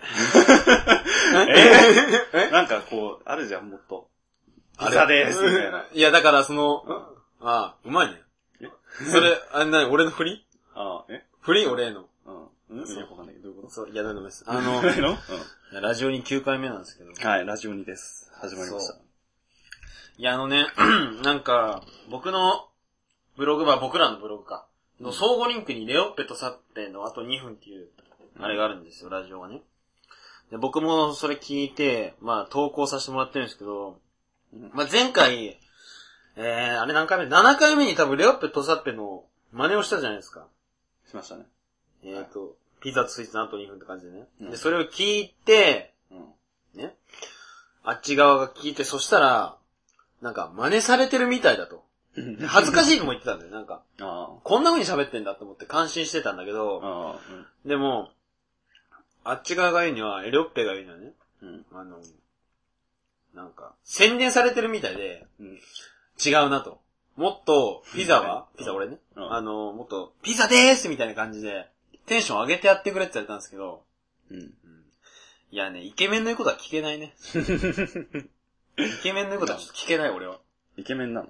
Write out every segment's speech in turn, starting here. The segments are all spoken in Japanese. えなんかこう、あるじゃん、もっと。ああれれです、みたいな。いや、だからその、ああ、うまいね。それ、あれ何俺の振りああ、え振り俺への。うん。うん。よくわかんないけど、どういうことそう、いや、なんでもないです。ああ の、のの、ラジオに9回目なんですけど。うん、はい、ラジオ2です。始まりました。いや、あのね、 なんか、僕のブログは僕らのブログか。の相互リンクにレオッペとサッペのあと2分っていう、あれがあるんですよ、ラジオがね。で僕もそれ聞いて、まあ投稿させてもらってるんですけど、うんまあ前回、えー、あれ何回目 ?7 回目に多分レオッペとサッペの真似をしたじゃないですか。しましたね。えっ、ー、と、ピザとスイーツのあと2分って感じでね。うんで、それを聞いて、うん。ね。あっち側が聞いて、そしたら、なんか真似されてるみたい だと。で恥ずかしいとも言ってたんだよ、なんか。あこんな風に喋ってんだと思って感心してたんだけあ。ど、ああ。でも、あっち側が言うには、エレオッペが言うにはね、うん。うん。あの、なんか、宣伝されてるみたいで、うん。違うなと。もっと、ピザは、うんピザ俺ね、うんあの、もっと、ピザでーすみたいな感じで、テンション上げてやってくれって言われたんですけど、うん。うんいやね、イケメンの言うことは聞けな いね。イケメンの言うことは聞けない、俺は。イケメンなの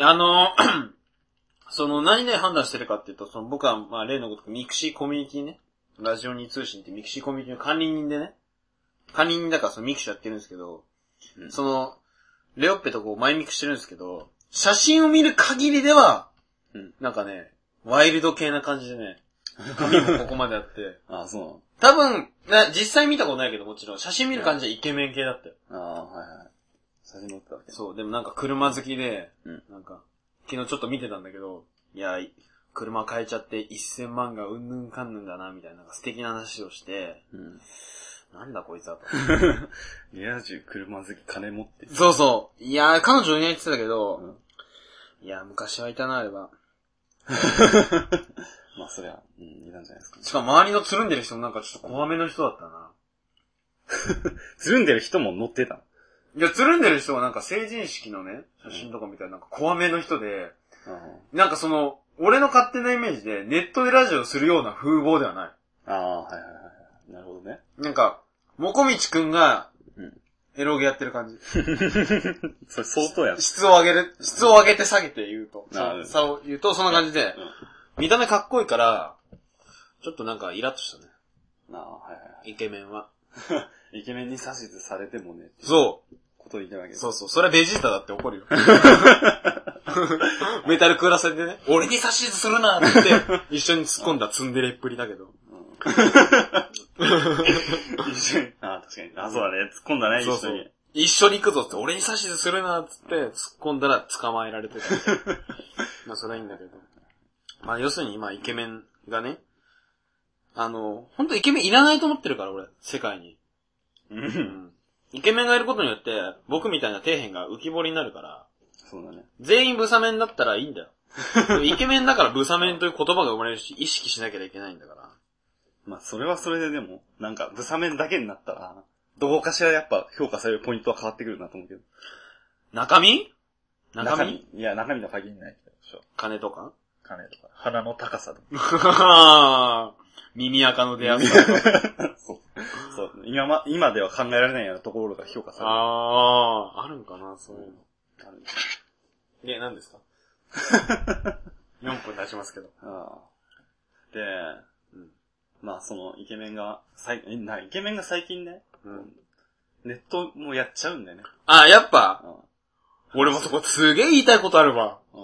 あの、 その何で判断してるかっていうと、その僕は、まあ例のごとくミクシーコミュニティね、ラジオに通信ってミクシーコミュニティの管理人でね、管理人だからそのミクシーやってるんですけど、うんその、レオッペとこうマイミクしてるんですけど、写真を見る限りでは、うんなんかね、ワイルド系な感じでね、髪もここまであって、ああ、そ多分、な実際見たことないけどもちろん、写真見る感じはイケメン系だったよ。うなのああ、はいはい。写真撮ったわけ。そう、でもなんか車好きで、うんなんか、昨日ちょっと見てたんだけど、いや、い車変えちゃって1000万がうんぬんかんぬんだな、みたいな、なんか素敵な話をして、うん。なんだこいつはと。リア充車好き金持 ってる。 そうそう。いや、彼女いないって言ってたけうど、ん。いや、昔はいたな、あれば。まあ、そりゃ、うん、いたんじゃないですかね。しかも周りのつるんでる人もなんかちょっと怖めの人だったな。つるんでる人も乗ってたの。いや、つるんでる人はなんか成人式のね、写真とか見たらなんか怖めの人で、なんかその、俺の勝手なイメージで、ネットでラジオするような風貌ではない。ああ、はいはいはいはい。なるほど ね。なんか、もこみちくんがうん、エロゲやってる感じ。それ相当やな。質を上げる、質を上げて下げて言うと。なさる差を言うと、そんな感じで、見た目かっこいいから、ちょっとなんかイラッとしたね。なあ、はいはイケメンは。い。イケメンに指図されてもね、っていうそことを言ってるわけう。です。そうそう。それはベジータだっ て怒るよ。メタルクラスでね、俺に指図するなって言って、一緒に突っ込んだツンデレっぷりだけど。うん一緒に。ああ、確かに。あ、そうだね。突っ込んだね、一そう緒そにう。。一緒に行くぞって、俺に指図するなっつって、突っ込んだら捕まえられ てた。まあ、それはいいんだけど。まあ、要するに今、イケメンがね、あの、本当イケメンいらないと思ってるから、俺、世界に。う。うんん。イケメンがいることによって、僕みたいな底辺が浮き彫りになるから、そうだね。全員ブサメンだったらいいん だよ。でもイケメンだからブサメンという言葉が生まれるし、意識しなきゃいけないんだから。まあ、それはそれででも、なんか、ブサメンだけになったら、どこかしらやっぱ評価されるポイントは変わってくるなと思うけど。中身中身身いや、中身の限りないでしょ。金とか金とか。鼻の高さとか。 耳垢の出やすさとか。そう。そう。今ま、今では考えられないようなところが評価される。ああ、あるんかな、そういうの。あるえ、何 ですか ?4 分出しますけど。ああで、うんまあそのイケメンが、さいえなイケメンが最近ね、うん。ネットもやっちゃうんだよね。あ、やっぱ、うん俺もそこすげえ言いたいことあるわ。うん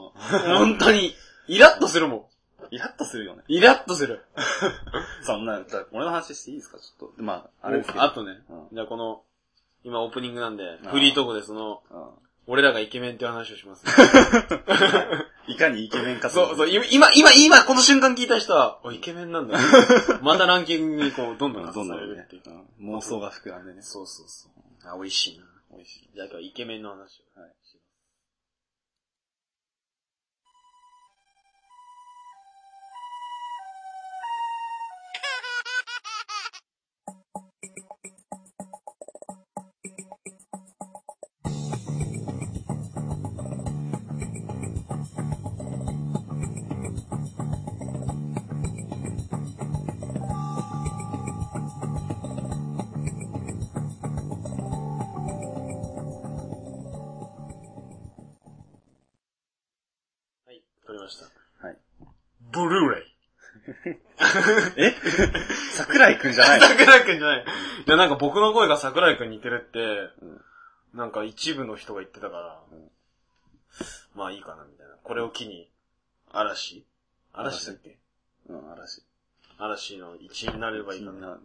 本当に。イラッとするもん。イラッとするよね。イラッとする。そんな、だから俺の話していいですかちょっと。まあ、ああれですけど。あとねうん。じゃあこの、今オープニングなんで、ーフリートークでその、う俺らがイケメンっていう話をします、ん。いかにイケメンか そうそう、う。今、今、今、今、この瞬間聞いた人は、お、イケメンなん だ。またランキングにこう、どんどんうん加ど算んさなれるるねっていう。うん妄想が膨らんでね。そうそうそう。あ、美味しいな。美味しい。じゃあ今日イケメンの話を。はい。 「りました。はい。ブルーレイ。え 桜井くんじゃないの桜井くんじゃない。いや、なんか僕の声が桜井くんに似てるって、うんなんか一部の人が言ってたから、うんまあいいかな、みたいな。これを機に、嵐嵐だっけうん、嵐。嵐の一員になればいいかな。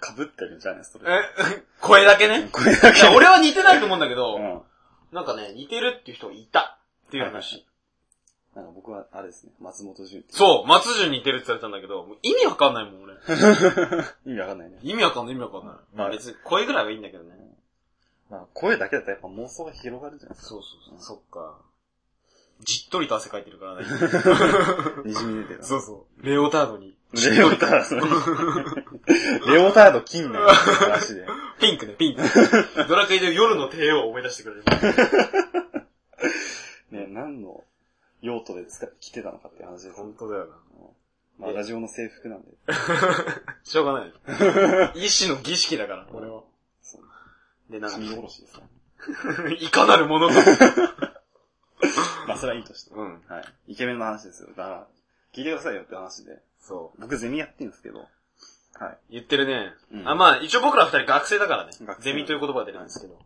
かぶってるんじゃないそれ。え 声だけねこれだいけ。や、俺は似てないと思うんだけど、うん。なんかね、似てるっていう人がいたっていう話。はいはいはいなんか僕は、あれですね、松本潤って。そう、松潤似てるって言われたんだけど、もう意味わかんないもん、俺。意味わかんないね。意味わかんない、意味わかんない。まあ別に声ぐらいはいいんだけどね。まあ、声だけだとやっぱ妄想が広がるじゃないですそうそうそう。そっか。じっとりと汗かいてるからね。か。 にじみ出てる。 そうそう。レオタードに。レオタード。レオタード金の話で。 ピンクね、ピンク。ドラクエで夜の帝王を思い出してくれる。ね、何の用途で使っ着てたのかっていう話です。本当だよな。まあ、ラジオの制服なんで。しょうがない。 医師の儀式だから、これは。そうで、なんか神、殺しですね。 いかなるものか。まあ、それはいいとして。うん。はい。イケメンの話ですよ。だから、聞いてくださいよって話で。そう。僕ゼミやってんですけど。はい。言ってるね。うんあ、まあ、一応僕ら二人学生だからね学。生ゼミという言葉が出るんですけど。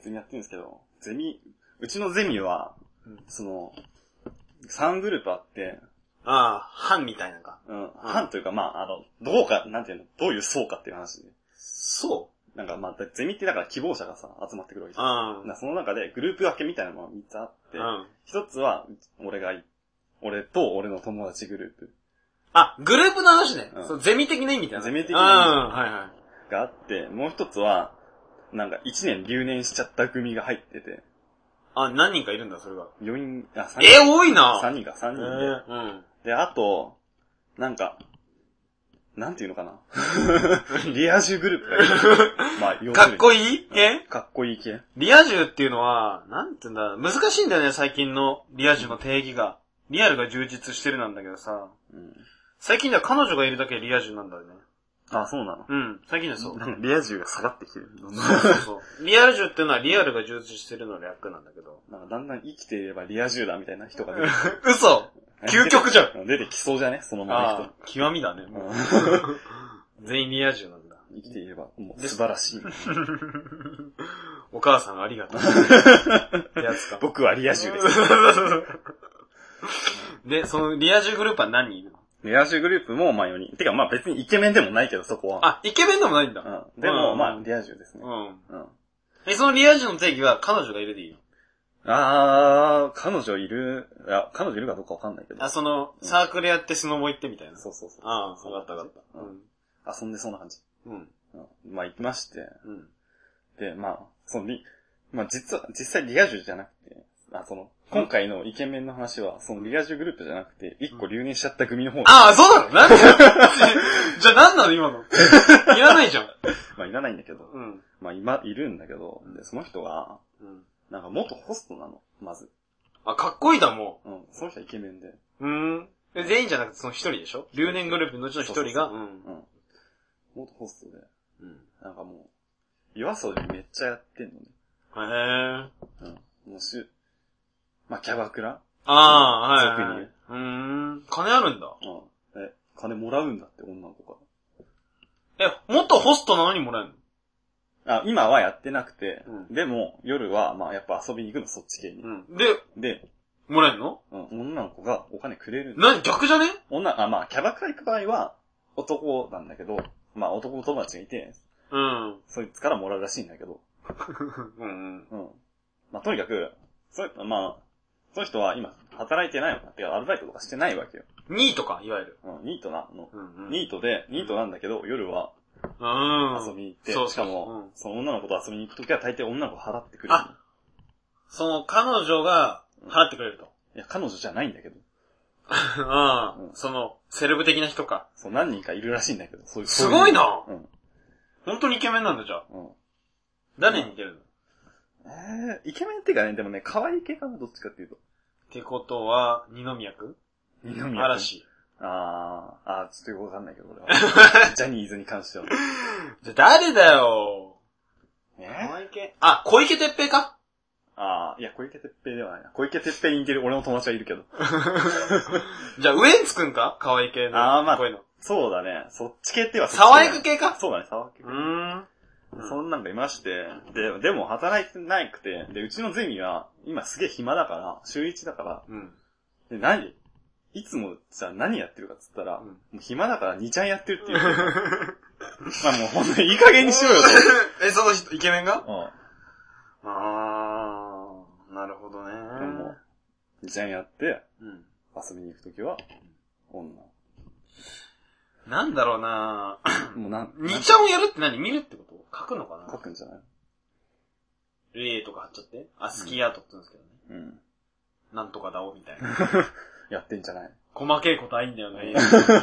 ゼミやってるんですけど、ゼミ、うちのゼミは、うんその、3グループあって、ああ、班みたいなのか。うん、班というか、まあ、あの、どうか、なんていうの、どういう層かっていう話で。そなんか、まあ、ゼミってだから希望者がさ、集まってくるわけう。じゃん。うん。なその中で、グループ分けみたいなのが3つあって、うん。一つは、俺がい、俺と俺の友達グループあ、グループの話ね。うんそうゼミ的な意味だよね。ゼミ的うん、な意味はいはい。があって、もう一つは、なんか一年留年しちゃった組が入ってて、あ、何人かいるんだ、それが。 4人、あ、3え、人。多いな三人か、3え人で。ーうん。で、あと、なんか、なんていうのかな。リア充グループがい る。まあ、かっいこいい系かっこいい系。リア充っていうのは、なんて言うんだろう、難しいんだよね、最近のリア充の定義が。リアルが充実してるなんだけどさ、うん。最近では彼女がいるだけでリア充なんだよね。あ、そうなの。うん、最近ではそう。なんかリア充が下がってきて る。そうそうそう。リアル充っていうのはリアルが充実してるの略なんだけど。なんかだんだん生きていればリア充だみたいな人が出て嘘 究極じゃんん。 出てきそうじゃねそのままああ、極みだね、もう。の人。うん全員リア充なんだ。生きていれば、もう素晴らしい。お母さんあり がとう。ってやつか。僕はリア充です。 で、そのリア充グループは何人いるのリア充グループも、まあ4人。てか、まあ別にイケメンでもないけど、そこは。あ、イケメンでもないんだ。うん。でも、うんまあ、リア充ですね。うん。うん。え、そのリア充の定義は彼女がいるでいいのあー、彼女いる、いや、彼女いるかどうかわかんないけど。あ、その、サークルやってスノボ行ってみたいな。そうそうそう。ああ、わかったわかった。うん遊んでそうな感じ。うん。うん。まあ行きまして、うん。で、まあ、そのリ、まあ実は、実際リア充じゃなくて、あ、その、今回のイケメンの話は、そのリア充グループじゃなくて、一個留年しちゃった組の方、ああ、そうなのなんで じゃあ何なの今 の。いらないじゃん。まあいらないんだけど、うん。まあ今、いるんだけど、で、その人が、うん。なんか元ホストなの、まず。あ、かっこいいだもうん、その人はイケメンで。ん。うん。え全員じゃなくてその一人でしょ留年グループのうちの一人が。そううんうん。元ホストで、うん。なんかもう、夜遊びめっちゃやってんのね。へえ。うん。もうしゅ、まあキャバクラああ、はい、俗はにいね。うーん。金あるんだ。うん。え、金もらうんだって女の子かえ、元ホストなのにもらえるのら。あ、今はやってなくて、うでも夜はまあやっぱ遊びに行くのそっち系に。うん。で、で、もらえるのうん、女の子がお金くれるの。な、逆じゃね女、あ、まあキャバクラ行く場合は男なんだけど、まあ男の友達がいて、うん。うんそいつからもらうらしいんだけど、うん。うん。まあ、とにかく、そう、まあ、その人は今、働いてないのか、てか、アルバイトとかしてないわけよ。 2位とか、いわゆる。うん、ニートなの。うんニートで、ニートなんだけど、夜はうん。遊びに行って、そうそうしかもうん、その女の子と遊びに行くときは大抵女の子払ってくれる。あその、彼女が払ってくれると。いや、彼女じゃないんだけど。あうんあ、その、セレブ的な人か。そう、何人かいるらしいんだけど、そういう。すごいなそういう本当にイケメンなんだ、じゃあ。のうん。うん。誰に似てるのっえー、イケメンっていうかね、でもね、可愛い系かな、どっちかっていうと。てことは、二宮く二宮ん君。嵐。あー、あー、ちょっとよくわかんないけど、俺 は。ジャニーズに関しては。じゃ、誰だよえ小池。あ、小池徹平かああ、いや、小池徹平ではないな。小池徹平に似てる俺の友達はいるけど。じゃあ、ウエンツくんか可愛い系の。あーまあこういうの。そうだね。そっち系っては爽やか系系かそうだね、爽やか系う。ーん。うんそんなんがいまして、で、でも働いてないくて、で、うちのゼミは、今すげえ暇だから、週一だから、うん。で、何いつもさ、何やってるかっつったら、うんもう暇だから2ちゃんやってるっていう。まあもうほんとにいい加減にしろよと。うん。 え、その人、イケメンがあー、なるほどね。でも、2ちゃんやって、うん。遊びに行くときは、女。なんだろうなもうなん、二ちゃんをやるって何見るってこと書くのか書なくんじゃない例とか貼っちゃって。あ、好きやとって言うんですけどね。うん。なんとかだお、みたい な。やってんじゃない細けいことはいいんだよね。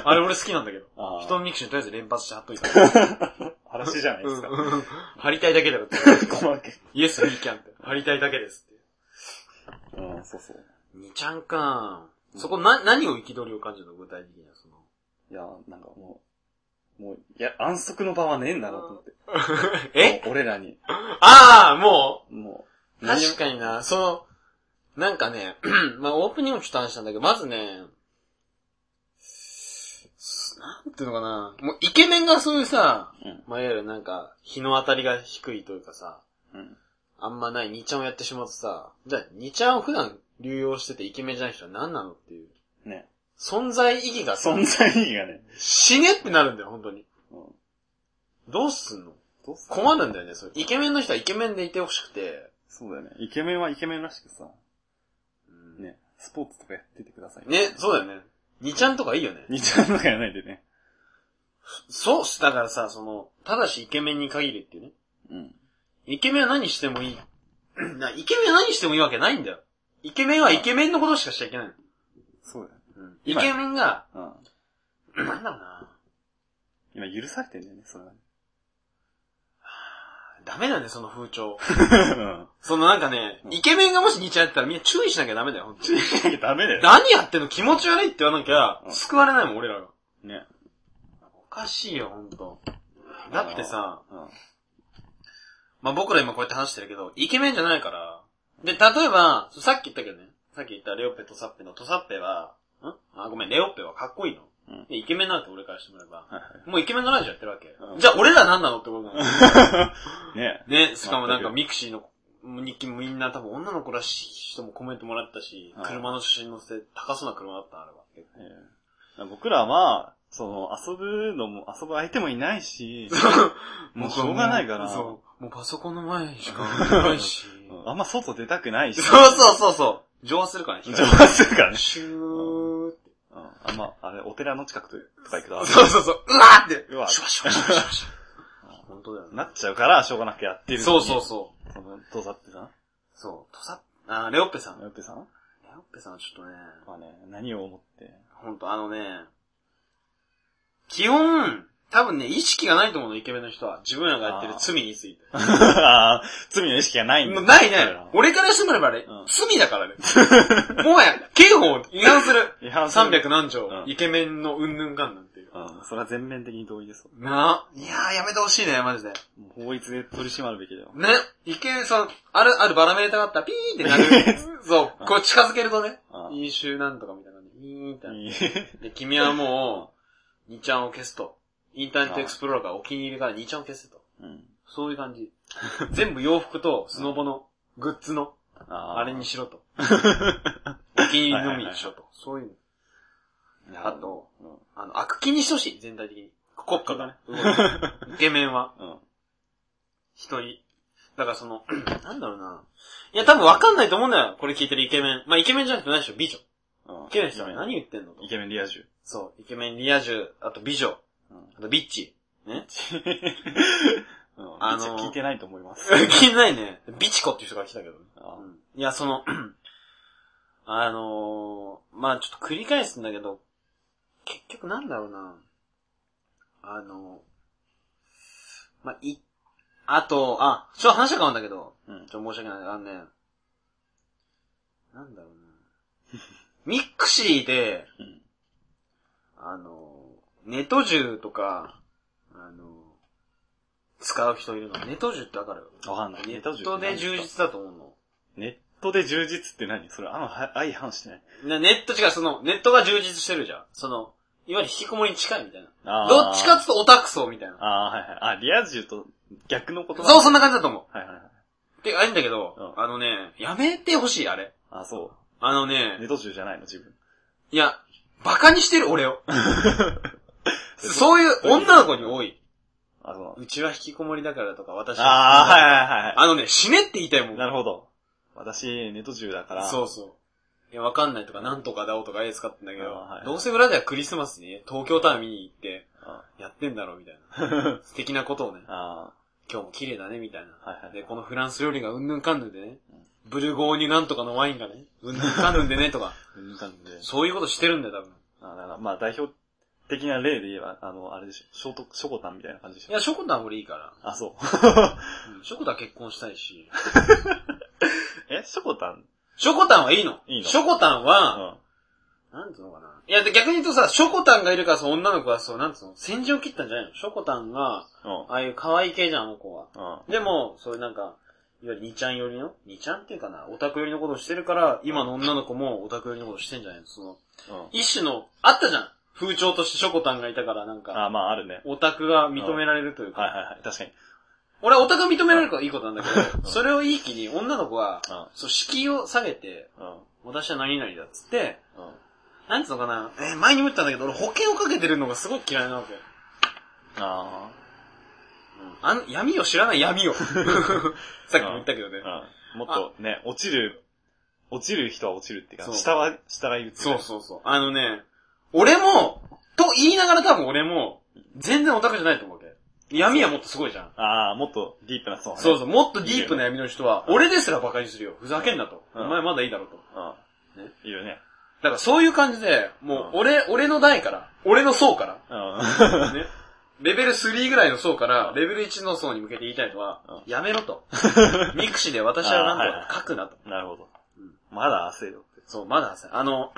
あれ俺好きなんだけ ど。あ人人の肉親とりあえず連発して貼っといたから。嵐じゃないですか。うんうん貼りたいだけだろって。 細けい。イエス、ウィーキャンって。貼りたいだけですって。うん、そうそう。二ちゃんかうんそこな、何を憤りを感じるの具体的には、その。いや、なんかもう、もう、いや、安息の場はねえんだなと思って。えもう俺らに、ああももう、う確かにな、その、なんかね、 まあオープニングもちょっと話したんだけど、まずね、すなんていうのかな、もうイケメンがそういうさ、うんまあいわゆるなんか、日の当たりが低いというかさ、うん。あんまない二ちゃんをやってしまうとさ、じゃあ二ちゃんを普段流用しててイケメンじゃない人は何なのっていう。ね。存在意義がさ存在意義がね。死ねってなるんだよ、本当に。うん。どうすんのどうす困るんだよね、それ。イケメンの人はイケメンでいてほしくて。そうだよね。イケメンはイケメンらしくさ、うんね、スポーツとかやっててください。ね、そうだよね。二ちゃんとかいいよね。似ちゃんとかやらないでね。そう、だからさ、その、ただしイケメンに限るっていうね。うん。イケメンは何してもいい。 なイケメンは何してもいいわけないんだよ。イケメンはイケメンのことしかしちゃいけないの。そうだよね。うん、イ今ケメンが、 うん。なんだろうな。今許されてんだよね、それはね。ダメだね、その風潮。うん。そのなんかねう、んイケメンがもし二ちゃんやったらみんな注意しなきゃダメだよ、本当にいやダメだよ。何やってんの気持ち悪いって言わなきゃう、ん救われないもん、俺らが。ね。おかしいよ、ほんと。だってさ、うん。まあ、僕ら今こうやって話してるけど、イケメンじゃないから。で、例えば、そうさっき言ったけどね、さっき言ったレオペとサッペのトサッペは、んあ、ごめん、レオペはかっこいいの。うんでイケメンなんて俺からしてもらえば、はもうイケメンのラジオやってるわけ。うんじゃあ俺ら何なのってことなのいはい。ね。 ね、しかもなんか全くミクシーの日記もみんな多分女の子らしい人もコメントもらったしうん、車の写真載せて高そうな車だった、あれは。えー僕らは、その、遊ぶのも、遊ぶ相手もいないし、 もうしょうがないから、そう。もうパソコンの前にしかないし。うんあんま外出たくないし。そうそうそうそう。蒸発するからね。邪魔するからね。シューって。うん。あんま、あれ、お寺の近くとか行くと、そうそうそう。うわーって。うわシュワシュワシュワシュワシュワ。本当だよなっちゃうから、しょうがなくやってる。そうそう。そう。その、どうだってさんそう。とさ、あー、レオッペさん。レやってさんオッペさんはちょっとね、まあね、何を思って。 ほんとあのね、基本、多分ね、意識がないと思うの、イケメンの人は。自分らがやってる罪について。あー罪の意識がないんもだ。うないなだいか。俺からしてもらえばあれうん、罪だ からね。もはや、刑法違反す る。ら違反する300何条う、んイケメンのうんぬんかんなんていう。うん、それは全面的に同意ですわなあ。いやーやめてほしいね、マジで。もう法律で取り締まるべきだよ。ね、イケ、その、ある、あるバラメーターがあったらピーってな る。そう、こう近づけるとね、うん飲酒なんとかみたいなね、ピーンってなる。いいで、君はもう、2ちゃんを消すと。インターネットエクスプローラーがお気に入りから2ちゃんを消せと。うん。そういう感 じ。全部洋服とスノボのグッズのあーあれにしろ と。お気に入りのみにしろと。そういうの。あと、うんあの、悪気にしてほしい、全体的に。国家がね、動 いてイケメンは。うん。一人。だからその、 なんだろうな。いや、多分わかんないと思うんだよ。これ聞いてるイケメン。まあ、イケメンじゃなくてないでしょ、美女。イうん。ケメンの人は何言ってんのとイ。ケメンリア充。そう。イケメン、リア充、あと美女、うん。あとビッチ。ねうんあのー 一応聞いてないと思います。気にないね。ビチコっていう人が来たけどね。あうんいや、その、 あのー、まあちょっと繰り返すんだけど、結局なんだろうな。あのー、まあい、あと、あ、ちょっと話は変わるんだけど、うんちょ、申し訳ない。あのね、なんだろうな。 ミックシーで、うんあの、ネト銃とか、あの、使う人いるの。ネト銃ってわかるわかんない。ネットで充実だと思うの。ネットで充実って何それ、あん、は相反してない。なネット違う、その、ネットが充実してるじゃん。その、いわゆる引きこもりに近いみたいな。あーどっちかっつうとオタク層みたいな。ああ、はいはい。あ、リア充と逆の言葉。そう、そんな感じだと思はいはいはい。う。で、あれんだけど、うんあのね、やめてほしい、あれ。あ、そあのう。ネね、ット中じゃないの、自分。いや、バカにしてる、俺を。そういう女の子に多い。あ、そうなの。うちは引きこもりだからとか、私はああ、はいはいはいはあのね、死ねって言いたいもい。ん。なるほど。私、ネット中だから。そうそう。いや、わかんないとか、なんとかだおとか絵使ってんだけど、あーはいはいどうせ裏ではクリスマスにね、東京タワー見に行って、あやってんだろうみたい な。素敵なことをね、あ今日も綺麗だねみたいな。ー、はいはい。で、このフランス料理がうんぬんかんぬんでね、ブルゴーニュなんとかのワインがね、うんぬんかんぬんでね とか、うん、なんで。そういうことしてるんだよ、多分。あだからまあ、代表的な例で言えば、あの、あれでしょ。ショート、ショコタンみたいな感じでしいょ。や、ショコタン俺いいから。あ、そう。 うんショコタン結婚したいし。え、ショコタンショコタンはいいのいいのショコタンうは、ん。なんつうのかな。いや、で逆に言うとさ、ショコタンがいるから、そう、女の子はそう、なんつうの、戦場を切ったんじゃないのショコタンが、うん。ああいう可愛い系じゃん、あの子は。うん。でも、そういうなんか、いわゆる2ちゃん寄りの ?2 ちゃんっていうかな、オタク寄りのことをしてるから、今の女の子もオタク寄りのことしてんじゃないのその、うん。一種の、あったじゃん風潮としてショコタンがいたから、なんか、あ、まあ、あるね。オタクが認められるというか、はいはいはい。確かに。俺はオタクが認められるからいいことなんだけうんど、それをいい気に女の子は、そう、敷居を下げて、うん。私は何々だっつって、うん。うん。なんつうのかな、えー前にも言ったんだけど、俺保険をかけてるのがすごい嫌いなわけ。ああん闇を知らない闇 を。さっきも言ったけどね。あ。うん。もっとね、落ちる、落ちる人は落ちるっていうか、そう下は、下がいるっていそうか。そうそう。あのね、俺も、と言いながら多分俺も、全然オタクじゃないと思うわけ。闇はもっとすごいじゃん。ああ、もっとディープな層そうう。そう、もっとディープな闇の人は、俺ですら馬鹿にするよ。ふざけんなと。うんお前まだいいだろうと。うん。ねいるよね。だからそういう感じで、もううん俺、俺の代から、俺の層か うん。ら、ね。レベル3ぐらいの層から、レベル1の層に向けて言いたいのはうん、やめ ろと。ミクシで私はあーはいなんはとか書くなと。なるほどうん。まだ焦るよっそう、まださ、あの、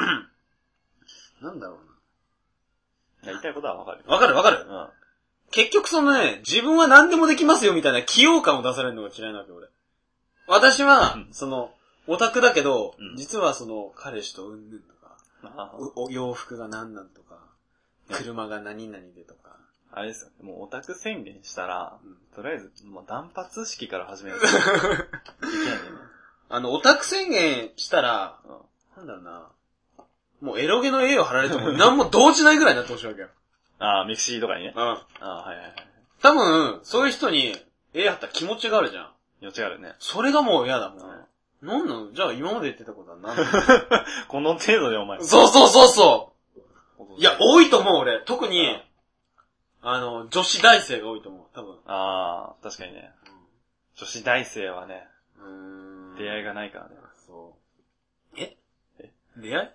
なんだろうて。やりたいことはわかる。な。わかるわかる。うん。結局そのね、自分は何でもできますよみたいな器用感を出されるのが嫌いなわけ、俺。私はうん、その、オタクだけど、うん実はその、彼氏とうんぬんとか、あーおお洋服が何なんとか、車が何々でとか。あれですよね。もうオタク宣言したら、うんとりあえず、もう断髪式から始め る。いけないよね。あの、オタク宣言したら、うん。なんだろうな、もうエロゲの絵を貼られても 何も動じないぐらいになってほしいわけよ。ああ、ミクシーとかにね。うん。ああー、はいはいはい。多分、そういう人に絵貼ったら気持ちがあるじゃん。よちがあるね。それがもう嫌だもん。うんなんなのじゃあ今まで言ってたことは何なこの程度でお前の。 そうそうそうそういや、お多いと思う、俺。特うにん、あの、女子大生が多いと思う、多分。ああ、確かにね。女子大生はね、うん出会い。がないからね。そう。え出会い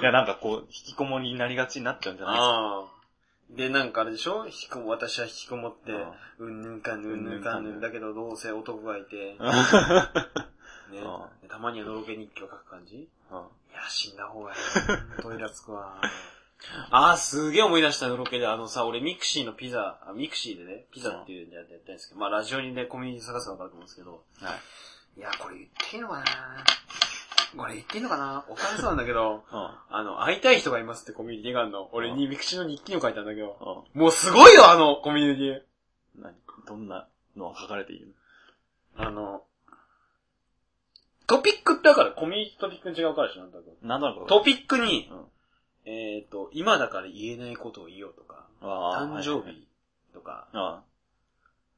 いや、なんかこう、引きこもりになりがちになっちゃうんじゃないですか。ああ。で、なんかあれでしょ引きこも、私は引きこもって、ううんぬんかんぬん、うんぬんかんぬんだけど、どうせ男がい て、ね。うたまにはのろけ日記を書く感じいんうんや、死んだ方がい い。トイラつくわ。ああ、すげえ思い出した、のろけで。あのさ、俺ミクシーのピザ、あミクシーでね、ピザっていうのやってやったんですけど、まあラジオにね、コミュニティ探すのかると思うんですけど、はい。いや、これ言っていいのかなこれ言っていいのかなお金そうなんだけど、うんあの、会いたい人がいますってコミュニティがあるの。俺にミクシーの日記を書いたんだけど。うんもうすごいよ、あの、コミュニティ。何どんなのが書かれているあの、トピックってわかるコミュニティとトピックの違いわかるでしょ、なんとなく。なんとなくトピックに、うんえっ、と、今だから言えないことを言おうとか、あー誕生はい日とか、あ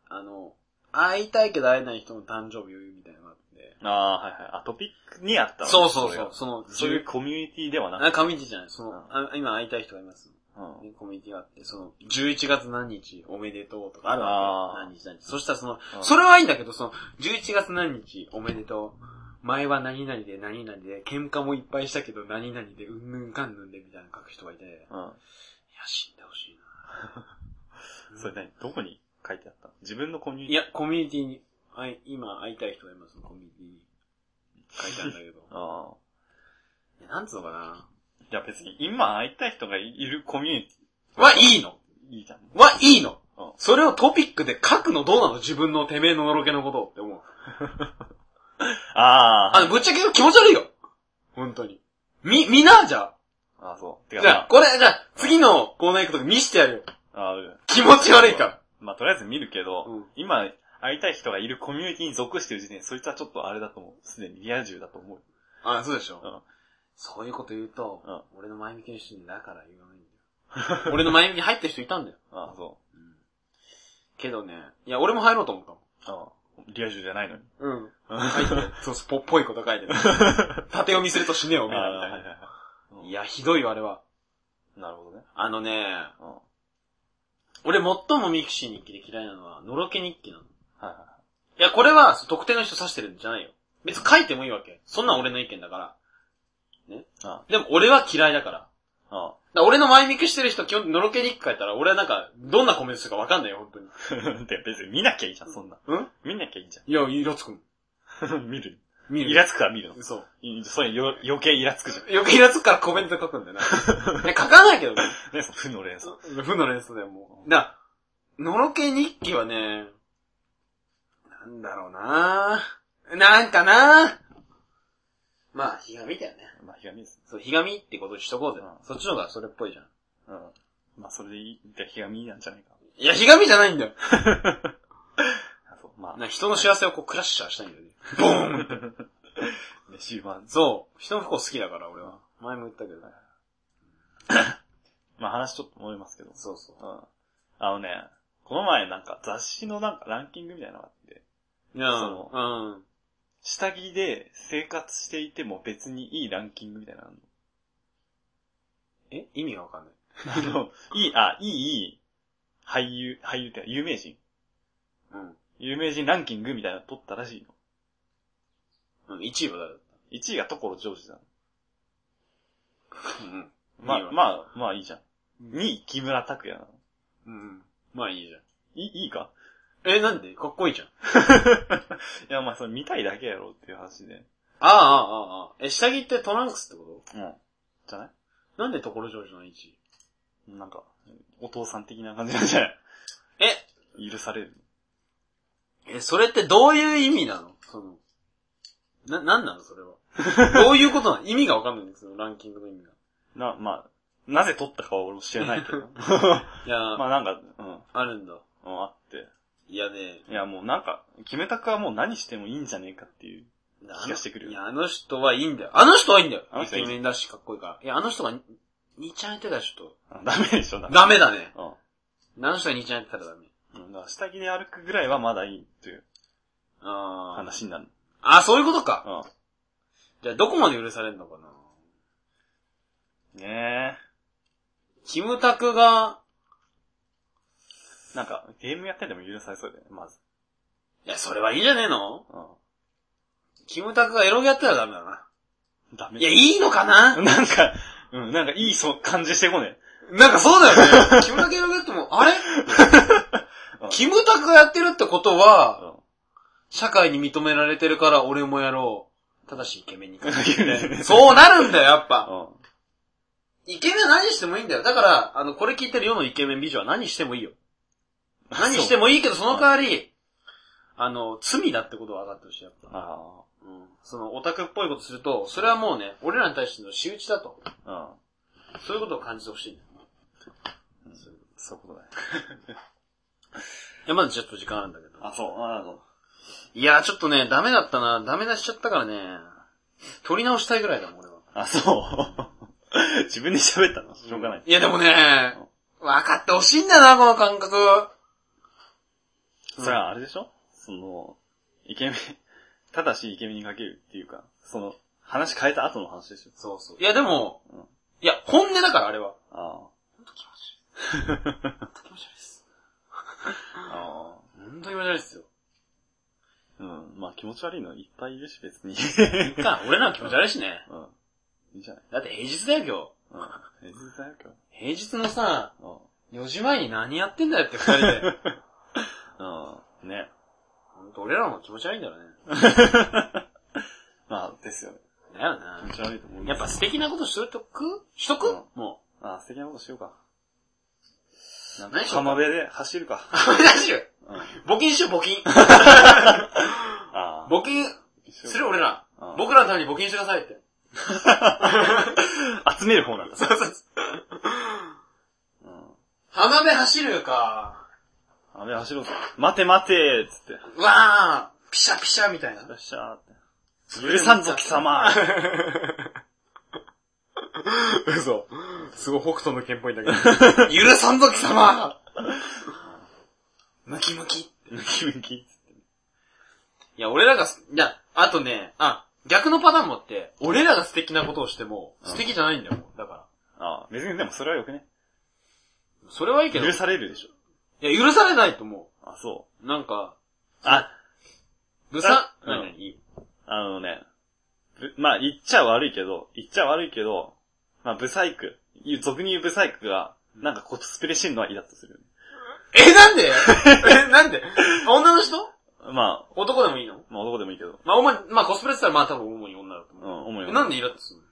あの、会いたいけど会えない人の誕生日を言うみたいなのがあって。ーあー、はいはい。あ、トピックにあったわそうそうそう。そその、れがそういうコミュニティではなくあ、コミュニティじゃない。その、うんあ今会いたい人がいます。うんねコミュニティがあって、その、11月何日おめでとうとかあるわあーけ。何日何日。そしたらその、うんそれはいいんだけど、その、11月何日おめでとう。前は何々で何々で、喧嘩もいっぱいしたけど何々で、うんぬんかんぬんでみたいなの書く人がいて、いや、うん。死んでほしい なそれ何どこに書いてあったの自分のコミュニいティ。や、コミュニティに、あい今会いたい人がいます、コミュニティに。書いたんだけど あいやなんつうのかなあ。いや別に今会いたい人がいるコミュニテはいいのィいいじゃん。はいいのうんそれをトピックで書くのどうなの自分のてめえののろけのことをって思う。あああの、、ぶっちゃけ気持ち悪いよ。本当に。み、みな、じゃあ。ああ、そう。てじか、ゃあ、まこれ、じゃあ、次のコーナー行くとき見してやるよ。あ、あー気持ち悪いから。まあ、とりあえず見るけど、うん今、会いたい人がいるコミュニティに属してる時点で、そいつはちょっとあれだと思う。すでにリア充だと思う。あ、そうでしょ。うんそういうこと言うと、うん俺の前向きの人にだから言わないんだ よ。俺の前向きに入ってる人いたんだよ。ああ、そけどね、いや、俺も入ろうと思ったもん。う。ああ、リア充じゃないのに。うん。あ入ってる、 そう、スポっぽいこと書 いてる。縦読みすると死ねえよ、おあめえらみたはいな。いはいはいいや、ひどいよ、あれは。い。なるほどね。あのね、うん。はい俺最もミクシー日記で嫌いなのは、のろけ日記なの。はいいや、これは、特定の人指してるんじゃないよ。別に書いてもいいわけ。そんなん俺の意見だから。はい。あでも俺は嫌いだから。だかあ、あら俺の前見くしてる人、基本、のろけ日記書いたら、俺はなんか、どんなコメントするかわかんないよ、本当に。あ。 で、別に見なきゃいいじゃん、そんな。うん見なきゃいいじいや、イラつくもん。ゃん。 見る。見イラつくは見るの。そう。いそれよ余計イラつくじゃん。余計イラつくからコメント書くんだよな。 いや書かないけどね。ね、その負の連鎖。負の連想だよ、もう。だから、のろけ日記はね、なんだろうななんかなまあ、ひがみだよね。まあ、ひがみです。そう、ひがみってことにしとこうぜ。うんそっちの方がそれっぽいじゃん。うん。まあ、それでいい、でひがみなんじゃないか。いや、ひがみじゃないんだよ。あそう、 まあ。な人の幸せをこうクラッシャーしたいんだよね。ボーンね、終盤。そう。人の不幸好きだから、俺は。前も言ったけど。まあ、話ちょっと思いますけど。そうそううん。あのね、この前なんか雑誌のなんかランキングみたいなのがあって、。いや、そううん。下着で生活していても別にいいランキングみたいなのあんのえ意味がわかんない。 あの、いい、あ、いい、いい、俳優、俳優って有名人うん有名人ランキングみたいなの取ったらしいの。うん。1位は誰だっ1位が所ジョージだの。たうん。まいいわあ、まあ、まあいいじゃん。2位、木村拓哉なの。うん。まあいいじゃん。いい、いいか え、なんでかっこいいじゃん。いや、まあ、それ見たいだけやろっていう話で。ああ、ああ、ああ。え、下着ってトランクスってこうん。じゃないとなんで所ジョージの位置なんか、お父さん的な感じなんじゃないえ、許される。え、それってどういう意味なのその、な、なんなのそれ は。どういうことなの意味がわかんないんですよ、ランキングの意味が。な、まあ、なぜ取ったかは俺も知らない けど。 いやー、まあなんか、うん、うんあるんだ。あって。いやね、いやもうなんか、キムタクはもう何してもいいんじゃねえかっていう。あの気がしてくるよいや、あの人はいいんだよ。あの人はいいんだよ。あのイ人はいケいメンだし、かっこいいから。いや、あの人がに、にちゃんやってたらちょっあダメでしょ、ダと、メ。ダメだね。うんあの人がにちゃんやってたらダメ。うん。だから下着で歩くぐらいはまだいいっていうあー。話になる。あ、そういうことか。う。じゃあ、どこまで許されるのかなんねキムタクが、え。なんか、ゲームやってても許されそうだよね、まず。いや、それはいいんじゃねえのうキムタクがエロゲやったらダメだな。ん。ダメ。いや、いいのか ななんか、うん、なんかいいそ感じしてこねなんかそうだよ ね。キムタクエロゲやっても、あれうんキムタクがやってるってことえ。は、う社会に認められてるから俺もやろう。ただしイケメンに限ってイケ メンそうなるんだよ、やっぱ。ん。うん。 イケメンは何してもいいんだよ。だから、あの、これ聞いてる世のイケメン美女は何してもいいよ。何してもいいけど、その代わり、あの、罪だってことは分かってほしい、やっぱ。あうんその、オタクっぽいことすると、それはもうね、俺らに対しての仕打ちだと。あ。そういうことを感じてほしいんだよ。うん。そういうことだね。いや、まだちょっと時間あるんだけど。あ、そう、あそう。いや、ちょっとね、ダメだったな。ダメ出しちゃったからね。撮り直したいぐらいだもん、俺は。あ、そう。 自分で喋ったのしょうがない。いや、でもね、分かってほしいんだよな、この感覚。それはあれでしょその、イケメン、ただしイケメンにかけるっていうか、その、話変えた後の話でしょそうそう。いや、でもうん、いや、本音だから、あれは。あ本当気持ち悪いです。あ。あ本当気持ち悪いですよ。あ。うん。まあ気持ち悪いのいっぱいいるし別に。いっか、俺らは気持ち悪いしね。うん。いいじゃないだって平日だよ、うん。え、ずだよ今今日。平日のさ、日。 4時前に何やってんだよって二人で。 うん。うん。ね。ほんと、俺らも気持ち悪いんだろうね。まあ、ですよね。だよ気持な。ち悪いと思う。やっぱ素敵なことしとくしとうくんもああ、素敵なことしようか。なん何しようか浜辺で走る かう。。ダッシュうん。あ募金しよう、募金。あ。募金、する俺ら。ああ僕らのために募金してくださいって。 集める方なんだ。そうそうそう。うん。浜辺走るか。安倍走ろうぜ。待て待てつって。うわー、ピシャピシャみたいなよ。っしゃーって。許さんぞ貴様 嘘。すごい北斗の剣っぽいん だけど。許さんぞ貴様ムキムキ。ムキムキ。いや、俺らがす、いや、あとね、あ、逆のパターンもあって、俺らが素敵なことをしても、うん素敵じゃないんだよ、だかああ、別にでもそれはよくね。ら。それはいいけど、い許されるでしょ。や、許されないと思。あ、そうなんか、う。あ、ぐさ、うん何何いいあのね。ぶまあ、言っちゃ悪いけど、言っちゃ悪いけど、まあ、ブサイク。言う俗に言うブサイクが、なんかコスプレしてんのはイラッとするよね。え、なん でえ、なんで女の人まあ、男でもいいのまあ男でもいいけど。まあ、主に、まあ、コスプレって言ったら、まあ、多分主に女だとう思ん、思うう。よ。えなんでイラッとするの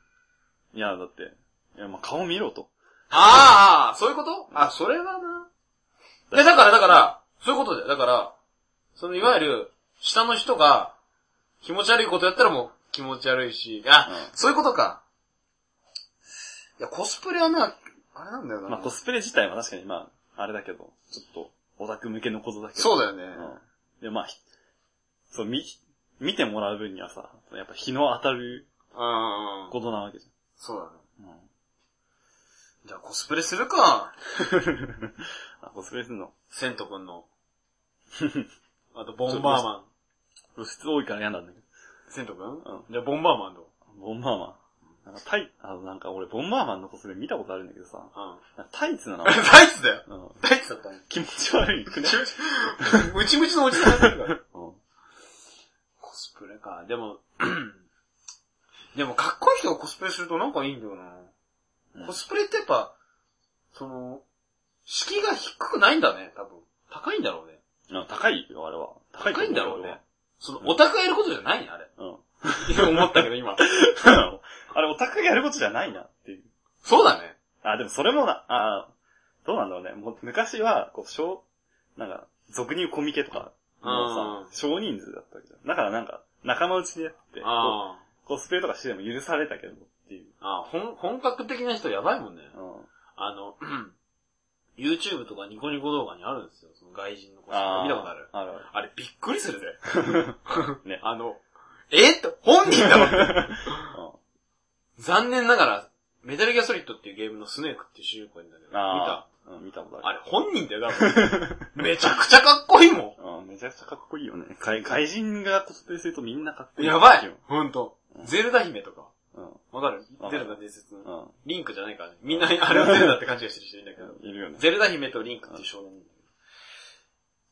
いや、だって。いや、まあ、顔見ろと。あーあー、そういうことあ、それはな。え、だから、だから、そういうことだよ。だから、その、いわゆる、下の人が、気持ち悪いことやったらもう、気持ち悪いし、あ、うそういうことか。いや、コスプレはな、あれなんだよな。ん。まあ、コスプレ自体は確かに、まあ、あれだけど、ちょっと、オタク向けのことだけど。そうだよね。うん。で、まあ、ひそう、み、見てもらう分にはさ、やっぱ日の当たるうん。うんことなわけじそうだね。ゃん。うん。じゃあ、コスプレするか。 あ、コスプレすんの。セントくん の。あと、ボンバーマン。露出多いから嫌なんだけセントくんど。じゃあ、ボンバーマンどうん。ボンバーマン。なんかタイ、あの、なんか俺、ボンバーマンのコスプレ見たことあるんだけどさ、ううん。なんかタイツなの。 大イツだよ。うん。大イツだったね。気持ち悪いくね。 ムチムチのおじさんだから。うん。コスプレか。でも、 でもかっこいい人がコスプレするとなんかいいんだよな。うんコスプレってやっぱ、その、敷居が低くないんだね、多分。高いんだろうね。うん高いよ、あれは。高と高思いんだろうね。。そのう、んオタクがやることじゃないね、あれ。 俺はうん。って思ったけど 今。あれ、オタクがやることじゃないなっていう。そうだね。あ、でもそれもな、あどうなんだろうね。もう昔は、こう、小、なんか、俗に言うコミケとか、もううんさ、少人数だったわけじゃん。だからなんか、仲間内でやって、こあうコスプレとかしてでも許されたけどっていう。あ。ああ、本本格的な人やばいもんね。うん。あの、YouTube とかニコニコ動画にあるんですよ。その外人のコスプーレ。見たことあるあるある。あれびっくりす るぜ。ねあの、えって本人だも ん。残念ながら、メタルギアソリッドっていうゲームのスネークっていう主人公になる。見た見たうん、見たことああれ本人だよ、多分。めちゃくちゃかっこいいもる。うん、めちゃくちゃかっこいいよね。外外人がコスプレするとみんなかっこん。いい。やば い。ほんと。ゼルダ姫とか。うん、わかるわかゼるルダ伝説の。うん。リンクじゃないからね。みんな、あれはゼルダって勘違いしてる人いるんだけど。いるよね。ゼルダ姫とリンクっていう少年なんだけど。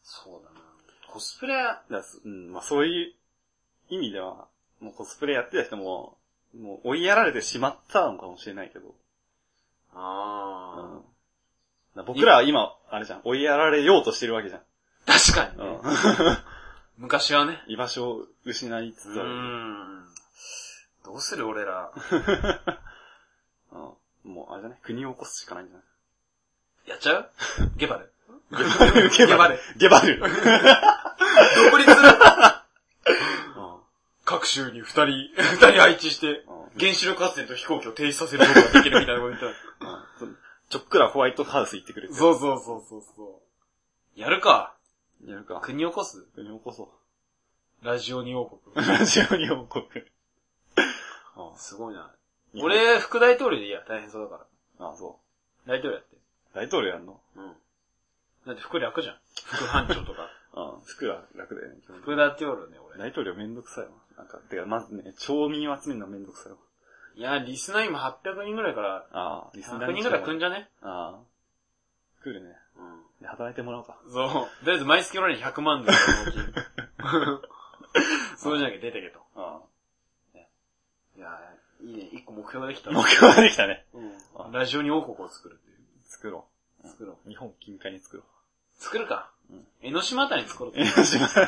そうだなコスプレ、だすうん、まあそういう意味では、もうコスプレやってた人も、もう追いやられてしまったのかもしれないけど。うん。あだから僕らは今、あれじゃん、追いやられようとしてるわけじゃん。ー。確かにうね、 ん。昔はね。居場所を失いつうつある。ーん。どうする俺ら。うん。もうあれじゃない国を起こすしかないんじゃやっちゃ うゲバル。ない ゲバル。ゲバ ル独立するうん各州に二人、二人配置して、うん原子力発電と飛行機を停止させることができるみたいなこと言ったら。うんちょっくらホワイトハウス行ってくれて。そうそうそうそうそう。やるか。やるか。国起こす国を起こそラジオに王う。国。ラジオに王国。あすごいな。あ、俺、副大統領でいいや。大変そうだかああ、そら。大統領やって。う。大統領やんのうん。だって副楽じゃん。副班長と か。うん。服は楽だよね。基本的に副大統領ね、俺。大統領めんどくさいわ。なんか、てか、まずね、町民を集めるのめんどくさいわ。いや、リスナー今800人ぐらいから、ああ、リ100人ぐらい来んじじゃねああ。来るね。うん。で働いてもらおうか。そう。とりあえず毎月俺に100万だよ、納金 そうじゃなきゃ出てけと。あいや、いいね。一個目標ができたあ。。目標ができたね。うん。ラジオに王国を作るっていう。作ろ作ろう。う。日本近海に作ろ作るか。うん江ノ島あたりに作ろうう。江ノ島。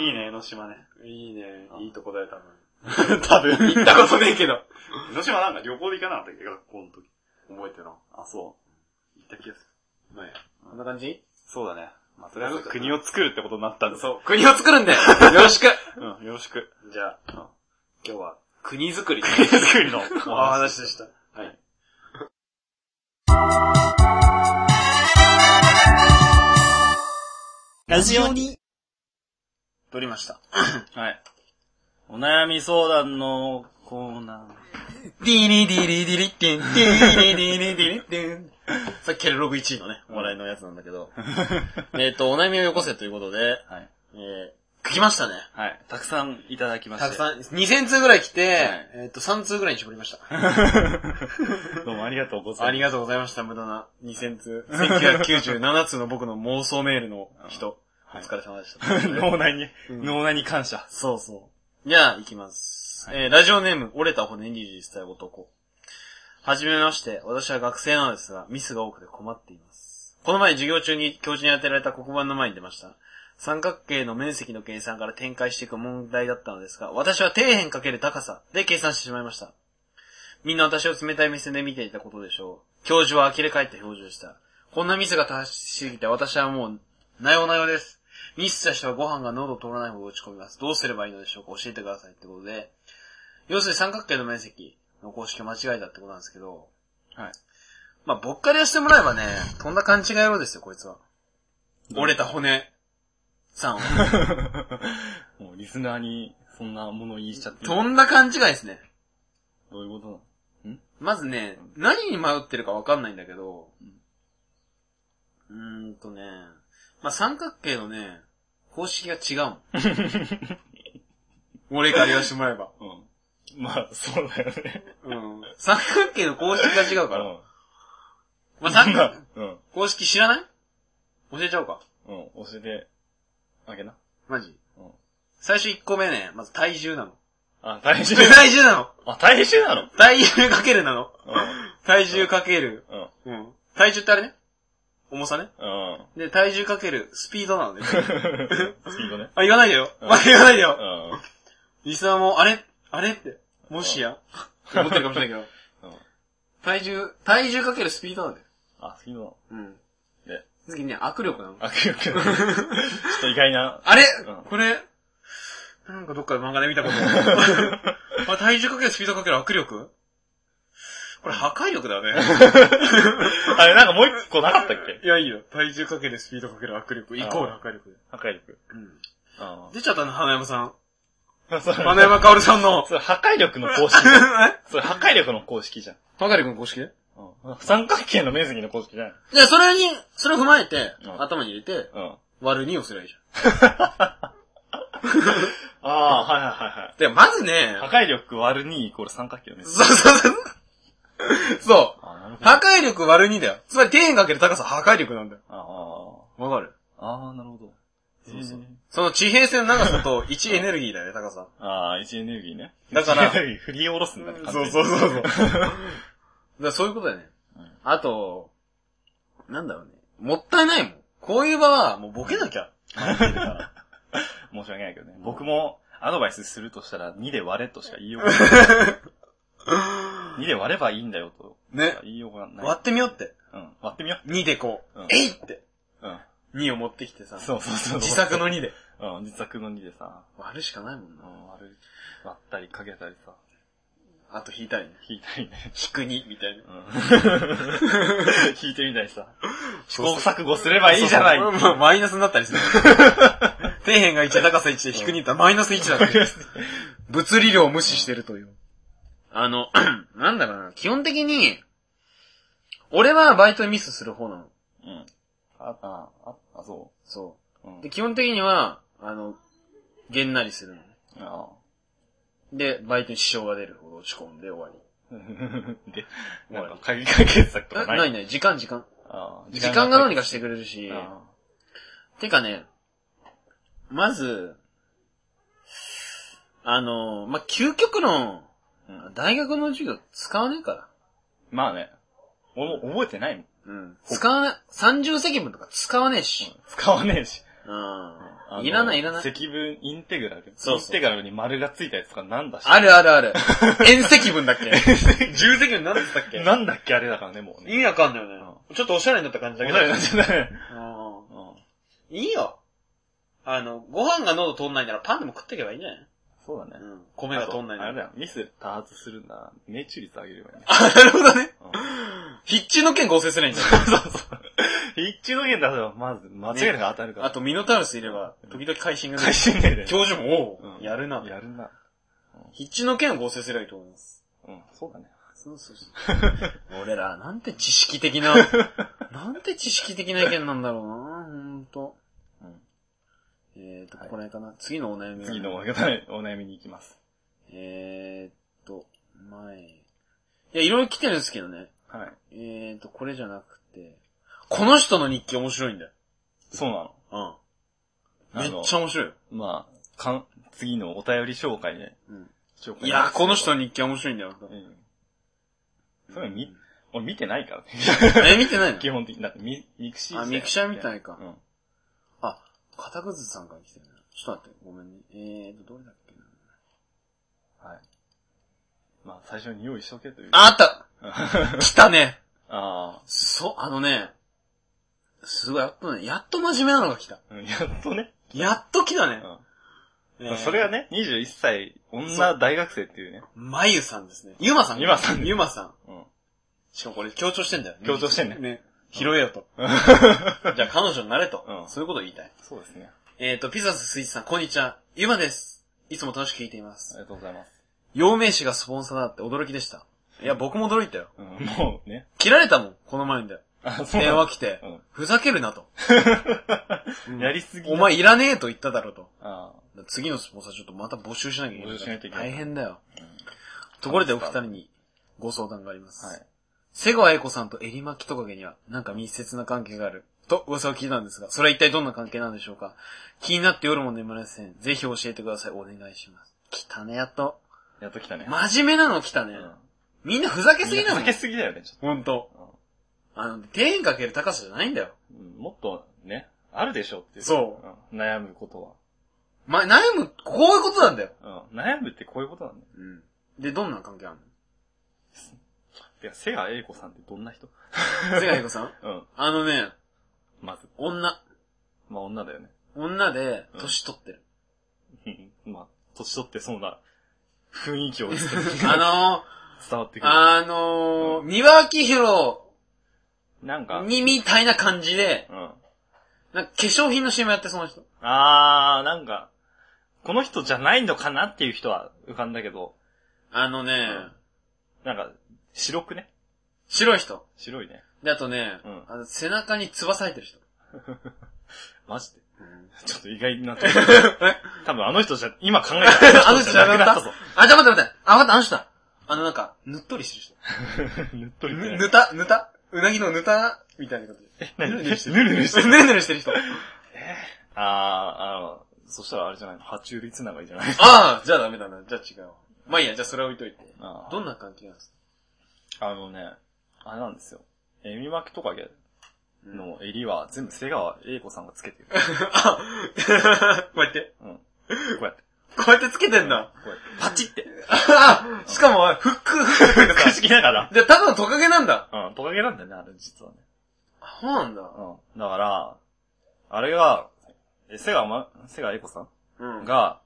いいね、江ノ島ね。いいねあ。いいとこだよ、多分。 多分。行ったことねえけど。江ノ島なんか旅行で行かなかったっけ学校の時。覚えてな。あ、そう。行った気がする。まあ、こんな感じそうだね。まあ、とりあえず国を作るってことになったんです。 そう。国を作るんでよろしくうん、よよろし く。じゃあ、うん今日は国づくりの作りのお お話。話でした。はい。ラジオに撮りました。はい。お悩み相談のコーナディリディリディリッテン、ディリディリディリッテン。 さっきケルログ1位のね、お笑いのやつなんだけど。えっと、お悩みをよ こせということで、ー。はい。えー、来ましたね。はい。たくさんいただきました。たくさん、2000通ぐらい来て、はいえっと、3通ぐらいに絞りました。ん。どうもありがとうございます。 ありがとうございました、無駄な2000通。1997通の僕の妄想メールの人。おはい疲れ様でした。 脳内に、 うん脳内に感謝。そうそう。じゃあ、行きます。はいえーラジオネーム、折れた骨に実際男。はじめまして、私は学生なのですが、ミスが多くて困っています。この前、授業中に教授に当てられた黒板の前に出ました。三角形の面積の計算から展開していく問題だったのですが、私は底辺かける高さで計算してしまいました。みんな私を冷たい目線で見ていたことでしょう。教授は呆れ返った表情でした。こんなミスが正しすぎて私はもう、なよなよです。ミスした人はご飯が喉を通らないほど落ち込みます。どうすればいいのでしょうか教えてくださいってことで、要するに三角形の面積の公式を間違えたってことなんですけど、はい。まあ、僕からやしてもらえばね、とんだ勘違いろですよ、こいつは。折れた骨さんは。 もうリスナーにそんなもの言いちゃって。とんだ勘違いですね。どういうことなのまずね、何に迷ってるかわかんないんだけどうん、うーんとね、まあ、三角形のね、公式が違うもん。俺から言わしてもらえば。 うん。まあ、そうだよね。うん。三角形の公式が違うから。まあ、三なん角か、うん。公式知らない教えちゃおうか。うん。教えて、あげな。マジ。うん。最初1個目ね、まず体重なの。あ、体重。 体重なの あ、体重なの体重かけるなの体重かける。うん。うん。うん。体重ってあれね重さねうん。で、体重かけるスピードなのね。スピードね。 あ、言わないでよ。うんまあ、言わないでうよ。ん。リスナーも、あれあれって、もしやって思ってるかもしれないけど。うん。体重、体重かけるスピードなのね。あ、スピードうん。なの。で、次ね、握力なの。あ、くよくよ。ちょっと意外な。あれ、うんこれ、なんかどっかで漫画で見たこと あるあ、体重かけるスピードかける握力これ破壊力だね。あれ、なんかもう一個なかったっけいや、いいよ。体重かけるスピードかける握力、イコール破壊力。破壊力。うん。あ出ちゃったね、花山さん。あ。 それ花山薫さ んの。それ破壊力の公式 じえゃん。それ破壊力の公式じゃん。破壊力の公式ねうん。三角形の面積の公式じゃん。で、それに、それを踏まえて、うん頭に入れて、うん。あ割る2をすればいいじゃん。あ、はいはいはい。で、まずね、破壊力割る2イコール三角形の面積。そうそうそう。そう。ああ、なるほど。破壊力割る2だよ。つまり、底辺かける高さ破壊力なんだよ。あわかるあ、ああ、なるほど。そうそうへえその地平線の長さと1エネルギーだよね、高さ。ああ、1エネルギーね。だから1エネルギー振り下ろすんだね。そうそうそうそう。 だからそういうことだよねうん。あと、なんだろうね。もったいないもん。こういう場は、もうボケな きゃ。う。申し訳ないけどね。僕もアドバイスするとしたら2で割れとしか言いようがない。2で割ればいいんだよと。ね。言いようがない。割ってみようって。うん。割ってみよ2でこううん、えいって。う。うん。 2を持ってきてさ。そうそうそう。自作の2で。うん、自作の2でさ、割るしかないもんうな。ん、割る、割ったりかけたりさ、あと引いたりね。引いたりね。引く2みたいな。うん。 引いてみたりさ、試行そう錯誤すればいいじゃない。そうそうまあマイナスになっ たりする。底辺が1、高さ1で引く2ってマイナス1だから物理量を無視してるという。あの、 なんだろうな、基本的に、俺はバイトでミスする方なの。うん。あ、あ、あ、あ、そ。そううんう。で、。基本的には、あの、げんなりするの。あで、バイトに支障が出るほど落ち込んで終わあ。で、なんか鍵解決策とり。かえない。ないない、時間時間。ああ時間がどうにかかしてくれるし、あてかね、まず、あの、まあ、究極の、あうん大学の授業使わねえから。まあね。俺も覚えてないもん。うん。使わない、30積分とか使わねえし。使わねえし。うあのん。いらないいらない。積分、インテグラル。そうそうインテグラルに丸がついたやつとかなんだし。あるあるある。遠積分だっけ ?10 積分なんだったっけなんだっけあれだからね、もう意ね。味わかんないよね。ちょっとおしゃれになった感じだけど。なんじゃない。ううんんいいよ。あの、ご飯が喉通んないならパンでも食ってけばいいんじゃないそうだね。うん。米があと取んないああれれだだよよ。ミス多発するんだ。命中率上げればいいね。あなるほどね。うん筆致の件合成すればいいんだよ。一中の件出せば、まず、間違いなく当たるから。あと、ミノタウルスいれば、時々会心が出る会。心でね。教授も、おううんやるな。やるな。筆致の件を合成すればいいと思います。うん、そうだね。そうそう そう。俺ら、なんて知識的な、なんて知識的な意見なんだろうなほんと。うんえーと、はいここら辺かな。次のお悩みは次のお悩みに行きます。えーと、前。いや、いろいろ来てるんですけどね。はい。えーと、これじゃなくて、この人の日記面白いんだよ。そうなの。うん。めっちゃ面白いよ。まあ、かん、次のお便り紹介で。うん紹介いやー、この人に。の日記面白いんだよ。うん。それみ、俺見てないからね。 え、見てないの基本的に。だってミ、ミクシーあミクシアみたいかうん。片くずさんから来てるな。ちょっと待って、ごめんね。えーと、どれだっけな。はい。まあ、最初に用意しとけという。あ、あった あ来たねあそう、あのね、すごい、やっとね、やっと真面目なのが来た。ー。うんやっとね。やっと来たね。うん。それがね、ね、21歳、そ女大学生っていうね。まゆさんですね。ゆまさん。ゆまさんゆまさん。うん。しかもこれ強調してんだよ。強調してんねね。拾えよ と。じゃあ彼女になれと。うんそういうことを言いたい。そうですね。えっ、と、ピザススイーツさん、こんにちは。ゆまです。いつも楽しく聞いていまあすり。がとうございます。陽明氏がスポンサーだって驚きでした。いや、僕も驚いたよ。うん、もうね。切られたもん、この前にだよ。あ、そう電話な来て、うんふざけるなと。の やりすぎだお。前いらねえと言っただろうと。ああ。次のスポンサーちょっとまた募集しなきゃいけない。募集しないといけない大変だよ。うんところでお二人にご相談があります。はい。瀬川栄子さんとエリマキトカゲにはなんか密接な関係がある。と噂を聞いたんですが、それは一体どんな関係なんでしょうか気になって夜も眠れません。ぜひ教えてください。お願いします。来たね、やっと。やっと来たね。真面目なの来たね。うんみんなふざけすぎなのふざけすぎだよね、ちょっほんと。と。あの、天かける高さじゃないんだよ。うんもっとね、あるでしょっていう。そうん。悩むことま、悩む、こういうことなんだよ。は。うん。悩むってこういうことなんだよ。うん。で、どんな関係あるいや、瀬川栄子さんってどんな人の瀬川栄子さんうん。あのね、まず。女。まあ、女だよね。 女でう、ん年取ってる。うんまあ、年取ってそうな雰囲気を伝あ のー、わってくる。あのー、三輪明宏なんか、にみたいな感じで、うん。なんか化粧品の CM やってそうな人。あー、なんか、この人じゃないのかなっていう人は浮かんだけど、あのね、んなんか、白くね白い人。白いね。で、あとね、うんあの背中に翼生えてる人。マジで。うんちょっと意外にな ってきた。多分あの人じゃ、今考えたらあの人じゃなかったくあ、じゃあ待って待って。あ、待って、あの人だ。あのなんか、ぬっとりしてたぞ。ぬっとりるって人。ね。ぬた、ぬたうなぎのぬたみたいな感じ。何ぬるぬるしてぬるぬるしてる。ぬるぬるしてる人。あー、あの、そしたらあれじゃないの爬虫類つながりじゃないああ、じゃあダメだな。じゃあ違うわ。まあいいや、じゃあそれは置いといて。あーどんな感じなんですかあのね、あれなんですよ。エミマキトカゲうんの襟は全部瀬川栄子さんがつけてる。 あ こうやって。うん。こうやって。こうやってつけてんだ。 こうやって。パチって。ああしかも、フック、フック ってかさ。しきながら。じゃあ、ただのトカゲなんだ。うん、トカゲなんだよね、あれ実はね。あそうなんだ。うん。だから、あれが、え、瀬川ま、瀬川栄子さうんん。が、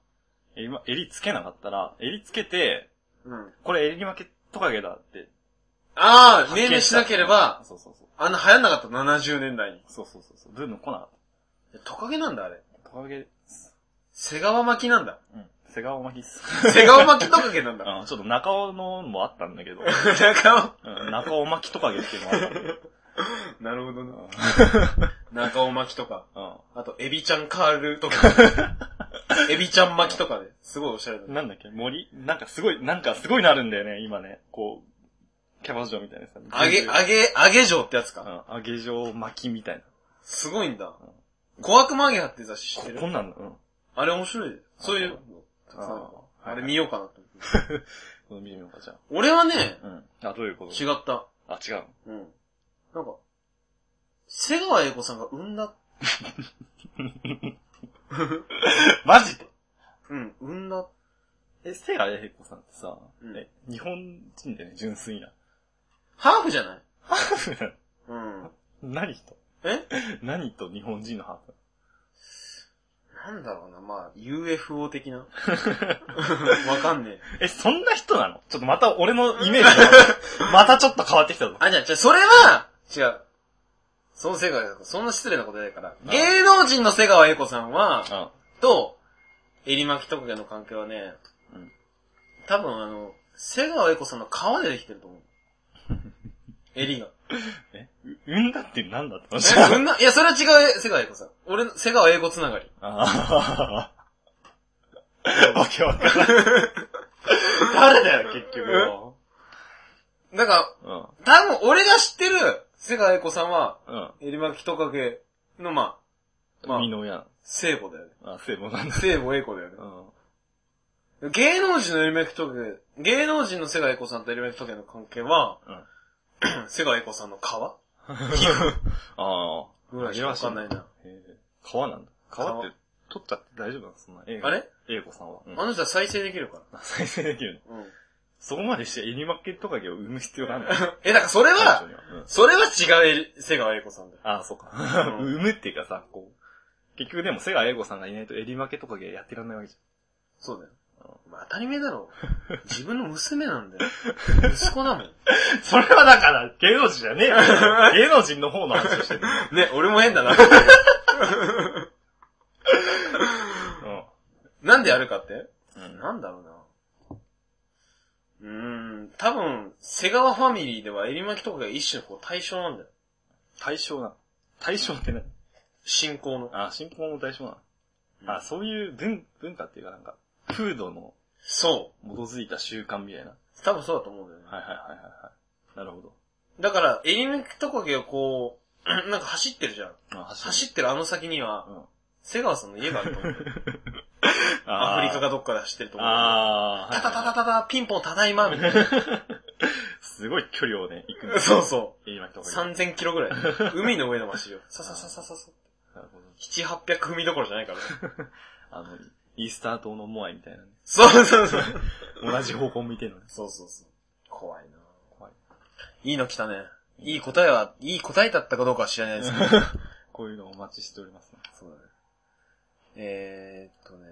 え、今、襟つけなかったら、襟つけて、うん。これ襟負けトカゲだって。ああ、命名しなければ、そうそうそう。あんな流行んなかった、70年代に。そうそうそうそう。ブーム来なかトカゲなんだ、あれ。った。トカゲ、瀬川巻きなんだ。うん。瀬川巻きっす。 瀬川巻きトカゲなん だ。うん、ちょっと中尾のもあったんだけど、中尾。うん、中尾巻きトカゲっていうのもあったんだけど。なるほどな。中尾巻きとか。あと、エビちゃんカール とか。エビちゃん巻きとかで。すごいおしゃれだうん。ね。なんだっけ森なんかすごい、なんかすごいなるんだよね、今ね。こう、キャバ嬢みたいなさ。揚げ、揚げ、揚げ城ってやつうか。ん、揚げ状巻きみたいな。すごいんだ。小悪魔揚げ派って雑誌知っこてるこんなんだ。うん。あれ面白い。そういうの、たくさんあるああれ見、見ようかなと思って。この見てみようか、じゃ俺はね、あ。うん。あ、どういうこと違った。あ、違う。うん。なんか、瀬川栄子さんが産んだ、 マジうん、産んだ。え、セガエヘコさんってさ、うんえ、日本人でね、純粋な。ハーフじゃないうん。 何とえ 何と日本人のハーフなんだろうな、まあ、UFO 的 な。わかんねえ。え、そんな人なのちょっとまた俺のイメージ が、またちょっと変わってきたぞ。あ、じゃあ、じゃあそれは、違う。その瀬川栄子、そんな失礼なことないから。ん芸能人の瀬川栄子さんは、うん。と、襟巻徳家の関係はね、うん多分あの、瀬川栄子さんの皮でできてる と思う。襟が。え、うんだってなんだって話え、そんな、いや、それは違う瀬川栄子さん。俺の、瀬川栄子つながり。 ああ。わけわからない。誰だよ、結局よ。だかうん。ら、多分俺が知ってる瀬川栄子さんは、うん。襟巻徳家の、まあ、まあ身、の親。聖母だよね。あ、聖母なんだ。聖母栄子だよねう。ん。芸能人のエリメイクトゲ、芸能人の瀬川栄子さんとエリメイクトゲの関係は、 瀬川栄子さんの皮 ああ。ぐらいしかわかんないな。へえ川なんだ。川っ川て、取っちゃって大丈夫なのそんな。あれ英子さんは。うんあの人は再生できるかあ再生できるの。ら。うん。そこまでしてエニマケトカゲを生む必要なんだ。 え、だからそれ彼は女、にはうんそれは違うエリ瀬川栄子さんだよ。ああ、そうか。 うん生むっていうかさ、こう。結局でも、瀬川英子さんがいないとエリマケトカゲやってらんないわけじそうだよ。まあ、当たり前だ ろ。自分の娘なんだ よ。息子だもゃん。ん。それはだから、芸能人じゃねえよ。 芸能人の方の話をしてる。ね、俺も変 だな。うん。なんでやるかってうんなんだろうな。うーん、多分、瀬川ファミリーではエリマキトカゲが一種のこう対象なんだよ。対象なの。対象って何信仰の。あ、信仰の対象なの。うんあ、そういう文文化っていうかなんか、風土のそう。基づいた習慣みたいな。多分そうだと思うんだよね。はいはいはいはいはい。なるほど。だから、エリメキトカゲがこう、 なんか走ってるじゃん。あ、走ってるあの先には、うん瀬川さんの家があると 思う。あーアフリカがどっかで走ってると思う。ああ、タタタはタタタ、ピンポンただいま、みたいな。い すごい距離をね、行くんだ。。そうそう今とう。こなる3000キロ ぐらい。海の上の走りを。ささささささ。ほど。 7、800踏みどころじゃないからね。あの、イースター島のモアイみたいなね。そうそうそう。同じ方向向いて るのね。そうそうそう。怖いな怖い。いいの来たね。いい答えは、いい答えだったかどうかは知らないですけど。こういうのをお待ちしておりますね。そうだね。えーっとね。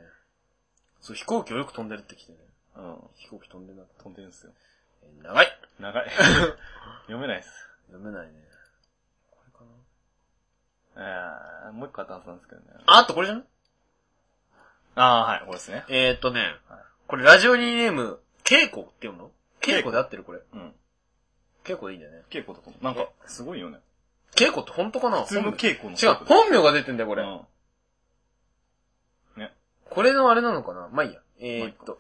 そう、飛行機をよく飛んでるってきてね。うん。飛行機飛んでな。飛んでるんですよ。えー長い長 い。読めないです。読めないね。これかなえー、もう一個あったはずなんですけどね。あ、あとこれじゃないあー、はい、これですね。えー、っとねはい、これラジオニーネーム、ケイコって読むのケイコで合ってるこれ。うん。ケイコでいいんだよね。稽古とかも。なんか、すごいよね。ケイコって本当かな普通の本名稽古の。違う、本名が出てんだよここうれ。ん。これのあれなのかなまあいいや。えー、っと、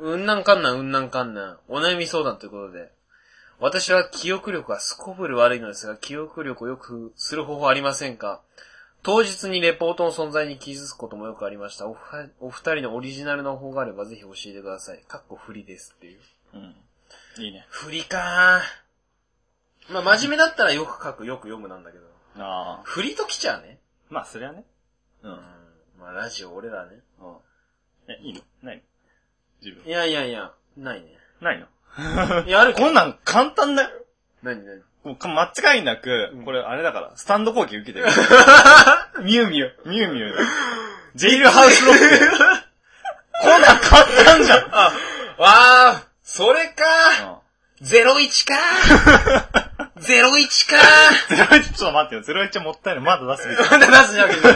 うんなんかんなん、うんなんかんなん、お悩み相談ということで。私は記憶力がすこぶる悪いのですが、記憶力を良くする方法ありませんか当日にレポートの存在に気づくこともよくありました。おはお二人のオリジナルの方があればぜひ教えてください。かっこ振りですっていう。うん。いいね。振りかー。まあ、真面目だったらよく書く、よく読むなんだけど。ああ。振りときちゃうね。まあ、それはね。ううん。まあ、ラジオ俺らね。うん。え、いいのないの自分い。やいやいや、ない ね。ないのいや、あるけどこんなん簡単だよ。何何もうか間違いなく、うんこれあれだから、スタンド攻撃受け てる。ミュウミュウ。ミュウミュ ウだ。ジェイルハウスロ ックだよ。こんなん簡単じゃん。わー、それかうんー。ゼロイチ かー。ゼロイチかゼロイチ、ちょっと待ってよ。ゼロイチはもったいない。まだ出すべき。ー。なんで出すじゃんけど。あ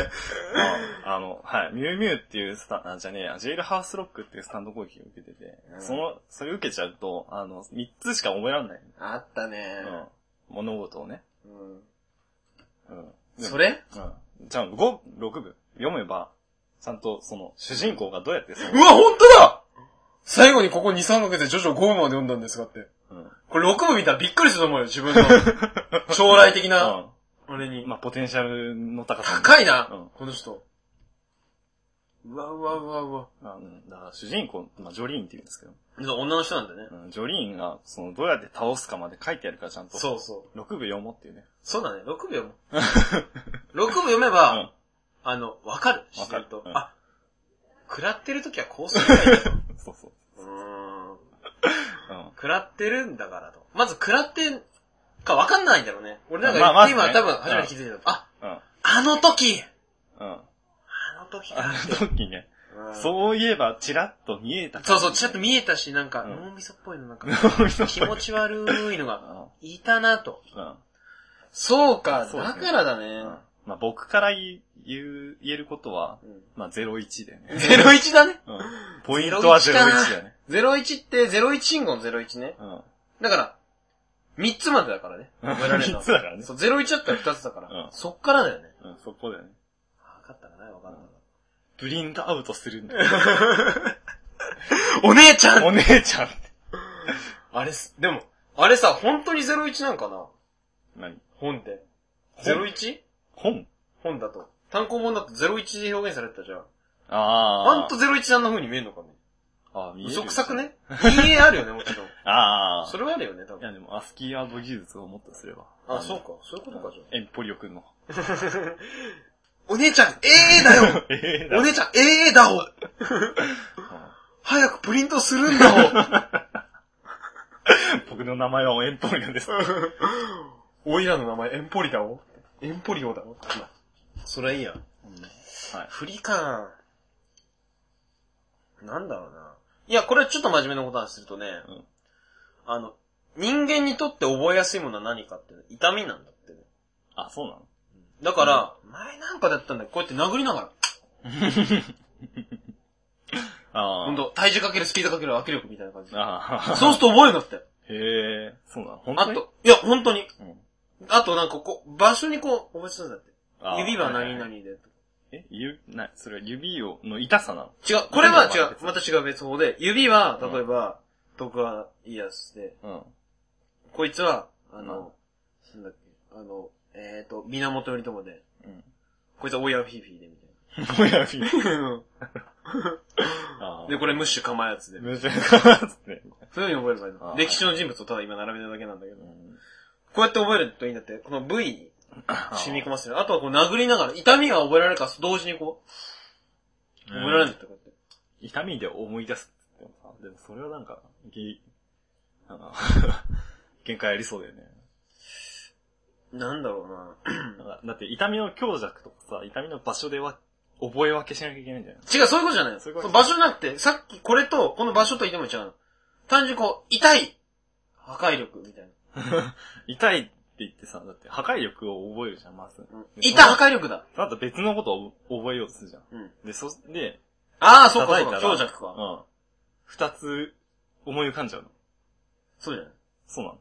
あの、はい。ミュウミュウっていうスタン、あ、じゃねえや、ジェイルハウスロックっていうスタンド攻撃を受けてて、うんその、それ受けちゃうと、あの、3つしか覚えられない。あったうねん。物事をね。ー。うん。うん、それうん。じゃあ、5、6部読めば、ちゃんとその、主人公がどうやってそうわ、ほんとだ最後にここ2、3ヶ月で徐々5部まで読んだんですかって。うん。うん。これ6部見たらびっくりすると思うよ、自分の。 将来的な、俺に。まあ、ポテンシャルの高さ。い高いな、うんこの人。うわうわうわうわ。うん。だから、主人公、まあ、ジョリーンって言うんですけど、そう女の人なんだね。うん、ジョリーンが、その、どうやって倒すかまで書いてあるから、ちゃんと。う。そうそう。 6部読もうっていうね。そうだね、6秒も。6秒読めうば、ん。あの、わかる。わ自かる然と。うんあ、食らってる時はこうすれば いいんだ。そうそう。うーん。うん。食らってるんだからと。まず食らってんかわかんないんだろうね。俺なんか、まあまずね今多分初めて気づいたの。あ、うん。あの時うん。あの時あか。の時ね、うんそういえばチラッと見えたそうそう、ちょっと見見えたし、なんか、うん脳みそっぽいの、なんか、 え気持ち悪いのが、いたなと。うん。そうか、そうですだねからだね。まあ僕から言う、言えることは、うんまあ01だよね。 01だね。うんポイントは01 01かなだよね。 01って、01信号の01ね。うん。だから、3つまでだからね。覚えられたの 3つだからね。そう、01だったら2つだから。うんそっからだよね。うん、そこだよね。分かったかな分かんなプリントアウトするんだよ。お姉ちゃ んお姉ちゃんって。あれす、でも、あれさ、本当に01なんかな何本って。本 01? 本本だと。単行本だと01で表現されてたじゃん。ああ。あんと01あんな風に見えるのかね。あー見える嘘くさく ね ?EA あるよね、もちろん。ああ。それはあるよね、多い分。やでも、アスキーアード技術をもっとすれば。あ、そうか。そういうことか、じゃエンポリオくんの。あ。お姉ちゃん、ええだ よ ええお姉ちゃん、ええだお早くプリントするんだ僕の名前はエンポリオです。 おおいらの名前、エンポリだおエンポリオだおそれはいいや。はい。振り感。なんだろうな。いや、これちょっと真面目なことにするとね、うんあの、人間にとって覚えやすいものは何かってね、痛みなんだってね。あ、そうなのだから、前なんかだったんだよこうやって殴りながあら、あ。ほんと、体重かけるスピードかける握力みたいな感じで。ああ。そうすると覚えるんだって。へえ。そうなの本あ当にと、いや、本当に。うんあとなんかこう、場所にこう、覚えてたんだって。あー指は何い々いいで。え、ゆ、な、それは指を、の痛さなの違う、これはまた違う、また違う別法で、指は、うん例えば、徳川家康で、うん。こいつは、あの、なんだっけ、あの、えーと、源頼朝で、 うん。こいつはオイランフィーフィーで、みぼやび。たいな。あーで、これムッシュ構えやつで。むし ゃかつって。そういうふうに覚えればいいあの。ー歴史の人物をただ今並べただけなんだけどう。んこうやって覚えるといいんだって、この部位にあー染み込ませる。あとはこう殴りながら、痛みが覚えられるから同時にこう、覚えられるんだって、こうやって。痛みで思い出すって言ってもさ、でもそれはなんか、ぎ、なんか限界ありそうだよね。なんだろうな。なんかだって痛みの強弱とかさ、痛みの場所では、覚え分けしなきゃいけないんじゃない違う、そういうことじゃないの。そういうこと場所じゃなくて、さっきこれと、この場所と言っても違うの。単純にこう、痛い破壊力みたいな。痛いって言ってさ、だって破壊力を覚えるじゃん、まず。うんで痛い破壊力だ。あと別のことを覚えようとするじゃん。うん。で、そ、で、ああ、そうか、叩いそうたか、ら強弱うか。ん。二つ、思い浮かんじゃうの。そうじゃない。そうなの。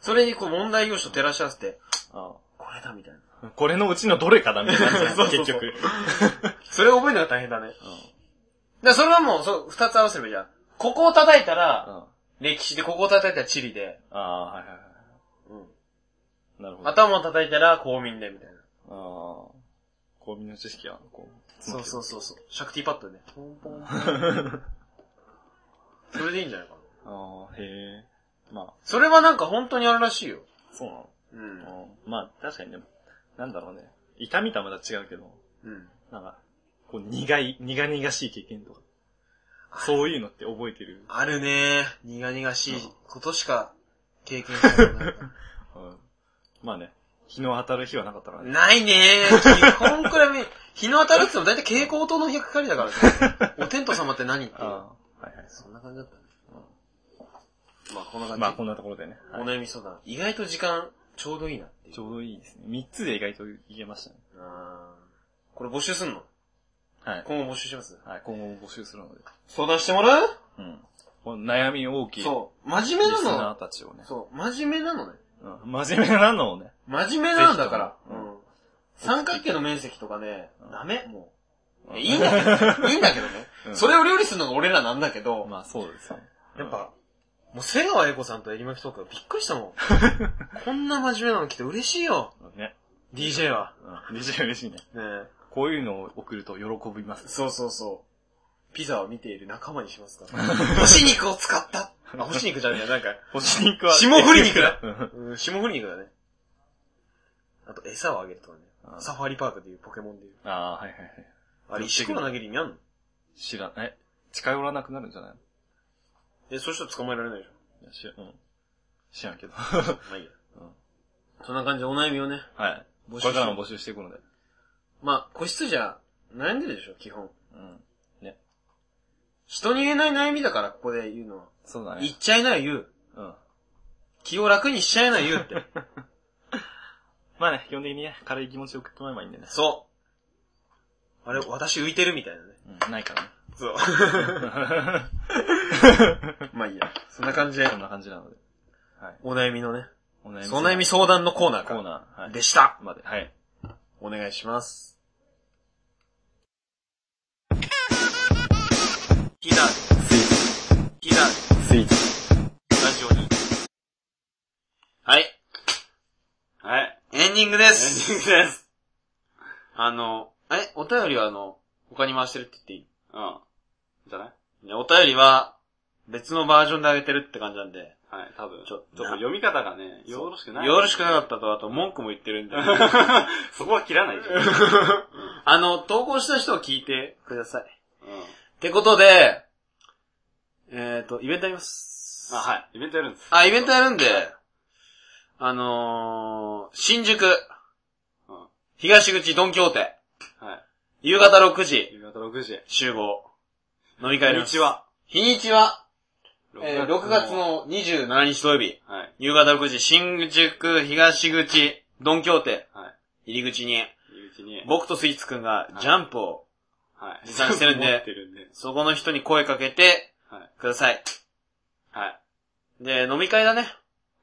それにこう、問題用紙と照らし合わせて、あこれだみたいな。あこれのうちのどれかだみたいな感じなん そうだ、そうそう結局。うん。それを覚えるのが大変だね。だからそれはもう、そう、二つ合わせればいいじゃん。ここを叩いたら、あ歴史で、ここを叩いたら地理で、あー、はいはいはうんい。なるほど。頭を叩いたら公民で、みたいな。ああ。公民の知識は、こう。。そうそううそうそう。シャクティパッドね。ポンポンポン それでいいんじゃないかな。ああ、へえ。まそれはなんか本当にあるらしいよ。あ、そうなのうん。うん。まあ、確かにね、なんだろうね。痛みとはまた違うけど、うん。なんか、こう、苦い、苦々しい経験とか。そういうのって覚えてる。あるね苦々しいことしか経験したことないか うん。まあね、日の当たる日はなかったからら。ね。ないねー。基本くらい、日の当たるって言っても大体蛍光灯の光だから ね。お天道様って何っていう。ああ、はいはい。そんな感じだったね。まあこんな感じ。まあ、こんなところでね。はいお悩み相談。意外と時間ちょうどいいなっていう。ちょうどいいですね。3つで意外といけましたね。あーこれ募集すんのはい。今後募集しますはい、今後も募集するので。相談してもらううん。この悩み大きい。そう。真面リ目スナなーたちをねの。。そう。真面目なのね。うん。真面目なのをね。真面目なんだから。ぜひともうん三角形の面積とかねう、んダメ、もう。うんいいんだけど、 いいんだけどね。うんそれを料理するのが俺らなんだけど、まあそうですよね。やっぱ、もう瀬川栄子さんとエリマキトークびっくりしたも ん。こんな真面目なの来て嬉しいよ、うん。ね。 DJ は。うん。嬉しい嬉しいね。ねえこういうのを送ると喜び ます。そうそうそう。ピザを見ている仲間にします から。干し肉を使ったあ、干し肉じゃねえや、なんか、星肉は。霜降り 肉だうんうん、霜降り肉だね。あと、餌をあげるとかねう。んサファリパークでいうポケモンでいう。ああ、はいはいはい。あれ、石ころ投げる意味あんの知らん、え、近寄らなくなるんじゃないのえ、そしたら捕まえられないでしょ。いや、知らん、うん。知らんけ ど。まあいいや。うんそんな感じでお悩みをね。はい。募集しこれからも募集していくので。まあ、個室じゃ悩んでるでしょ、基本。うん。人に言えない悩みだから、ここで言うのは。そうだ言ねっ。ちゃいなよ、言う。うん。気を楽にしちゃいなよ、言うって。まあね、基本的にね、軽い気持ちを送ってもらえばいいんでね。そう。あれ、私浮いてるみたいなね。うん、ないからね。 そう。まあいいや。そんな感じで、そんな感じなので。はい。お悩みのね、お悩お悩み相談のコーナーコーナかー。はらい。でした。まで。はい。お願いします。スイー避難、避難、ツ、スイーツ。ラジオに。はい、はい。エンディングでエンす。ディングです。あの、え、お便りはあの、他に回してるって言っていいうん。じゃないねお便りは、別のバージョンであげてるって感じなんで、はい、多分。ちょっとちょっと読み方がね、よろしくない。よろしくなかったと、あと文句も言って るんで。そこは切らないじゃん。うん。あの、投稿した人は聞いてください。ってことで、えっ、ー、と、イベントあります。あ、はい。イベントやるんです。あ、イベントやるんで、あのー、新宿、うん。は東口ドンキョーテ、い。夕方6時、夕方6時。集合、飲みこ会んでにす。ちは。日にちは、えー6月。の27日土曜日、はい。夕方6時、新宿東口ドンキョーテ、は入り口に、い。入り口に。僕とスイーツくんがいジャンプを、はい。持参してるんで持ってるんで。そこの人に声かけてはい。ください。はい。で、飲み会だね。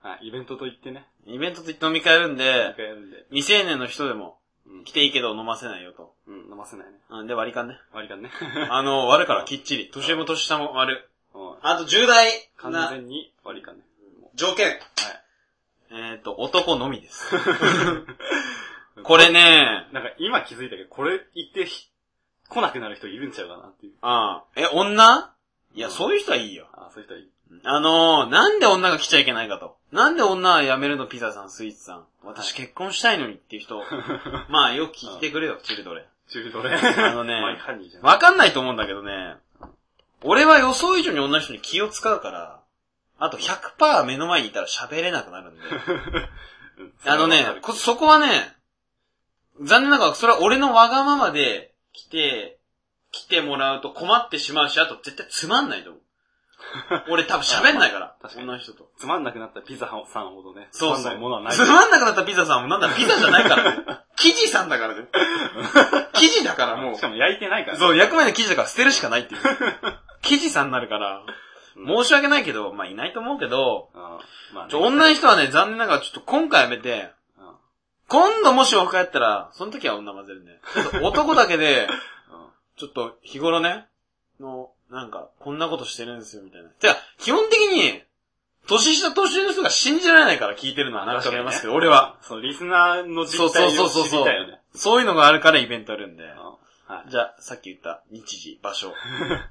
はい。イベントと言ってね。イベントと飲み会やるん一で、回やるんで。未成年の人でもうん来。ていいけど飲ませないよと。うん。飲ませないね。うん、で割り勘ね。割り勘ね。 あの、割るからきっちり。年上も年下も割る。うんあと重大完な全に割り勘ね。条件。はい。えっ、と、男の みです。これね、なんか今気づいたけど、これ言ってひ来なくなる人いるんちゃうかなっていう。ああえ、女いや、うんそういう人はいいよ。あ、そういう人はいい。あのー、なんで女が来ちゃいけないかと。なんで女は辞めるのピザさん、スイーツさん。私結婚したいのにっていう 人。まあ、よく聞いてくれよ、チルドレン。チルドレン。あのねマイハニーじゃん。わかんないと思うんだけどね。俺は予想以上に女の人に気を使うから、あと100%目の前にいたら喋れなくなるんで。うんあのそれはわかねる、こそこはね、残念ながらそれは俺のわがままで来て、来てもらうと困ってしまうし、あと絶対つまんない と思う。俺多分喋んないから確、かに女の人と。つまんなくなったピザさんほどね、そうつそまんう。ないものはないつ。まんなくなったピザさんもなんだ、ピザじゃないから ね。生地さんだからね。生地だからもうし。かも焼いてないからね。そう、役目の記事だから捨てるしかない っていう。記事さんになるかうら、ん申し訳ないけど、まあいないと思うけど、うん。まあねちょ、女の人はね、残念ながらちょっと今回やめて、うんうん今度もし他やったら、その時は女混ぜるね。ちょっと男だけで、ちょっと日頃ね、の、なんか、こんなことしてるんですよ、みたいな。てか、基本的に、年下年上の人が信じられないから聞いてるのはなんかありますけど、俺は。。そう、リスナーの実態そうをそうそう知そうりたいよね。そういうのがあるからイベントあるんで。うんはい。じゃあ、さっき言った日時、場所、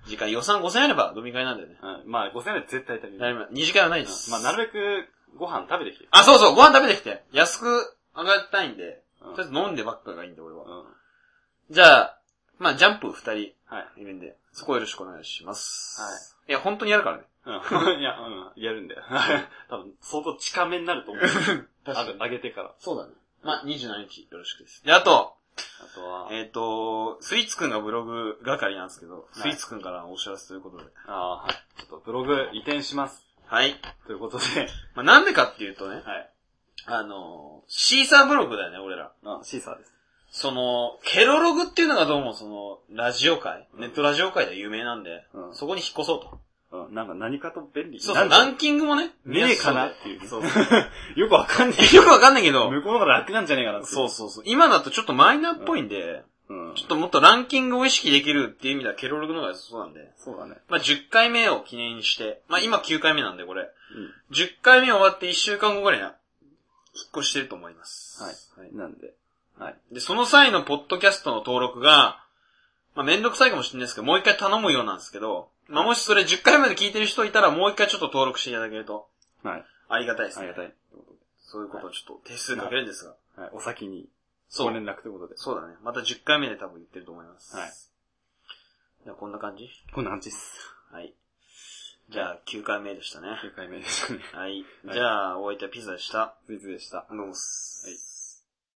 時間、予算5000円あれば飲み会なんだよね。うんまあ、5000円は絶対食べる。なりま2時間はないです。まあ、なべるべくご飯食べてきて。あ、そうそう、ご飯食べてきて。安く上がりたいんで、うんとりあえず飲んでばっかがいいんで、俺うん。は。じゃあ、まあ、ジャンプ2人いはい。るんで、そこよろしくお願いします。。はいいや、本当にやるからね。うん。い や、うん。やるんだよ。多分、相当近めになると 思う。あげあげてから。そうだね。まあ、27日よろしくです。で、あと、あとは、えっ、と、スイーツくんがブログ係なんですけど、スはいイーツくんからお知らせということで。あーはい。ちょっとブログ移転します。はい。ということで、まあ、なんでかっていうとね、はい。あのー、シーサーブログだよね、俺ら。あ、シーサーです。その、ケロログっていうのがどうもその、ラジオ界、ネットラジオ界では有名なんで、うんそこに引っ越そうと。うん。なんか何かと便利。そうそう、なラんンキングもね、ねえかなっていう ねそうそうよくわかんねよくわかんないけえ。ど、向こうの方が楽なんじゃねえかなって。そうそうそう。今だとちょっとマイナーっぽいんで、うんちょっともっとランキングを意識できるっていう意味ではケロログの方が良さそうなんで、そうだね。まあ10回目を記念して、まあ今9回目なんでこれ、10回目終わって1週間後ぐらいな、引っ越してると思います。はい。はい。なんで。はい。で、その際のポッドキャストの登録が、まあ、めんどくさいかもしれないですけど、もう一回頼むようなんですけど、まあ、もしそれ10回まで聞いてる人いたら、もう一回ちょっと登録していただけると、はい。ありがたいですあね。りがたい。そういうことをちょっと定数かけるんですが。はい。お先に、そごう。連絡ということで。そうだね。また10回目で多分言ってると思います。はい。じゃあ、こんな感じこんな感じです。はい。じゃあ、9回目でしたね。 9回目ですね。はい。はいじゃあ、お相手はピザでした。クイズでした。どうもっす。はい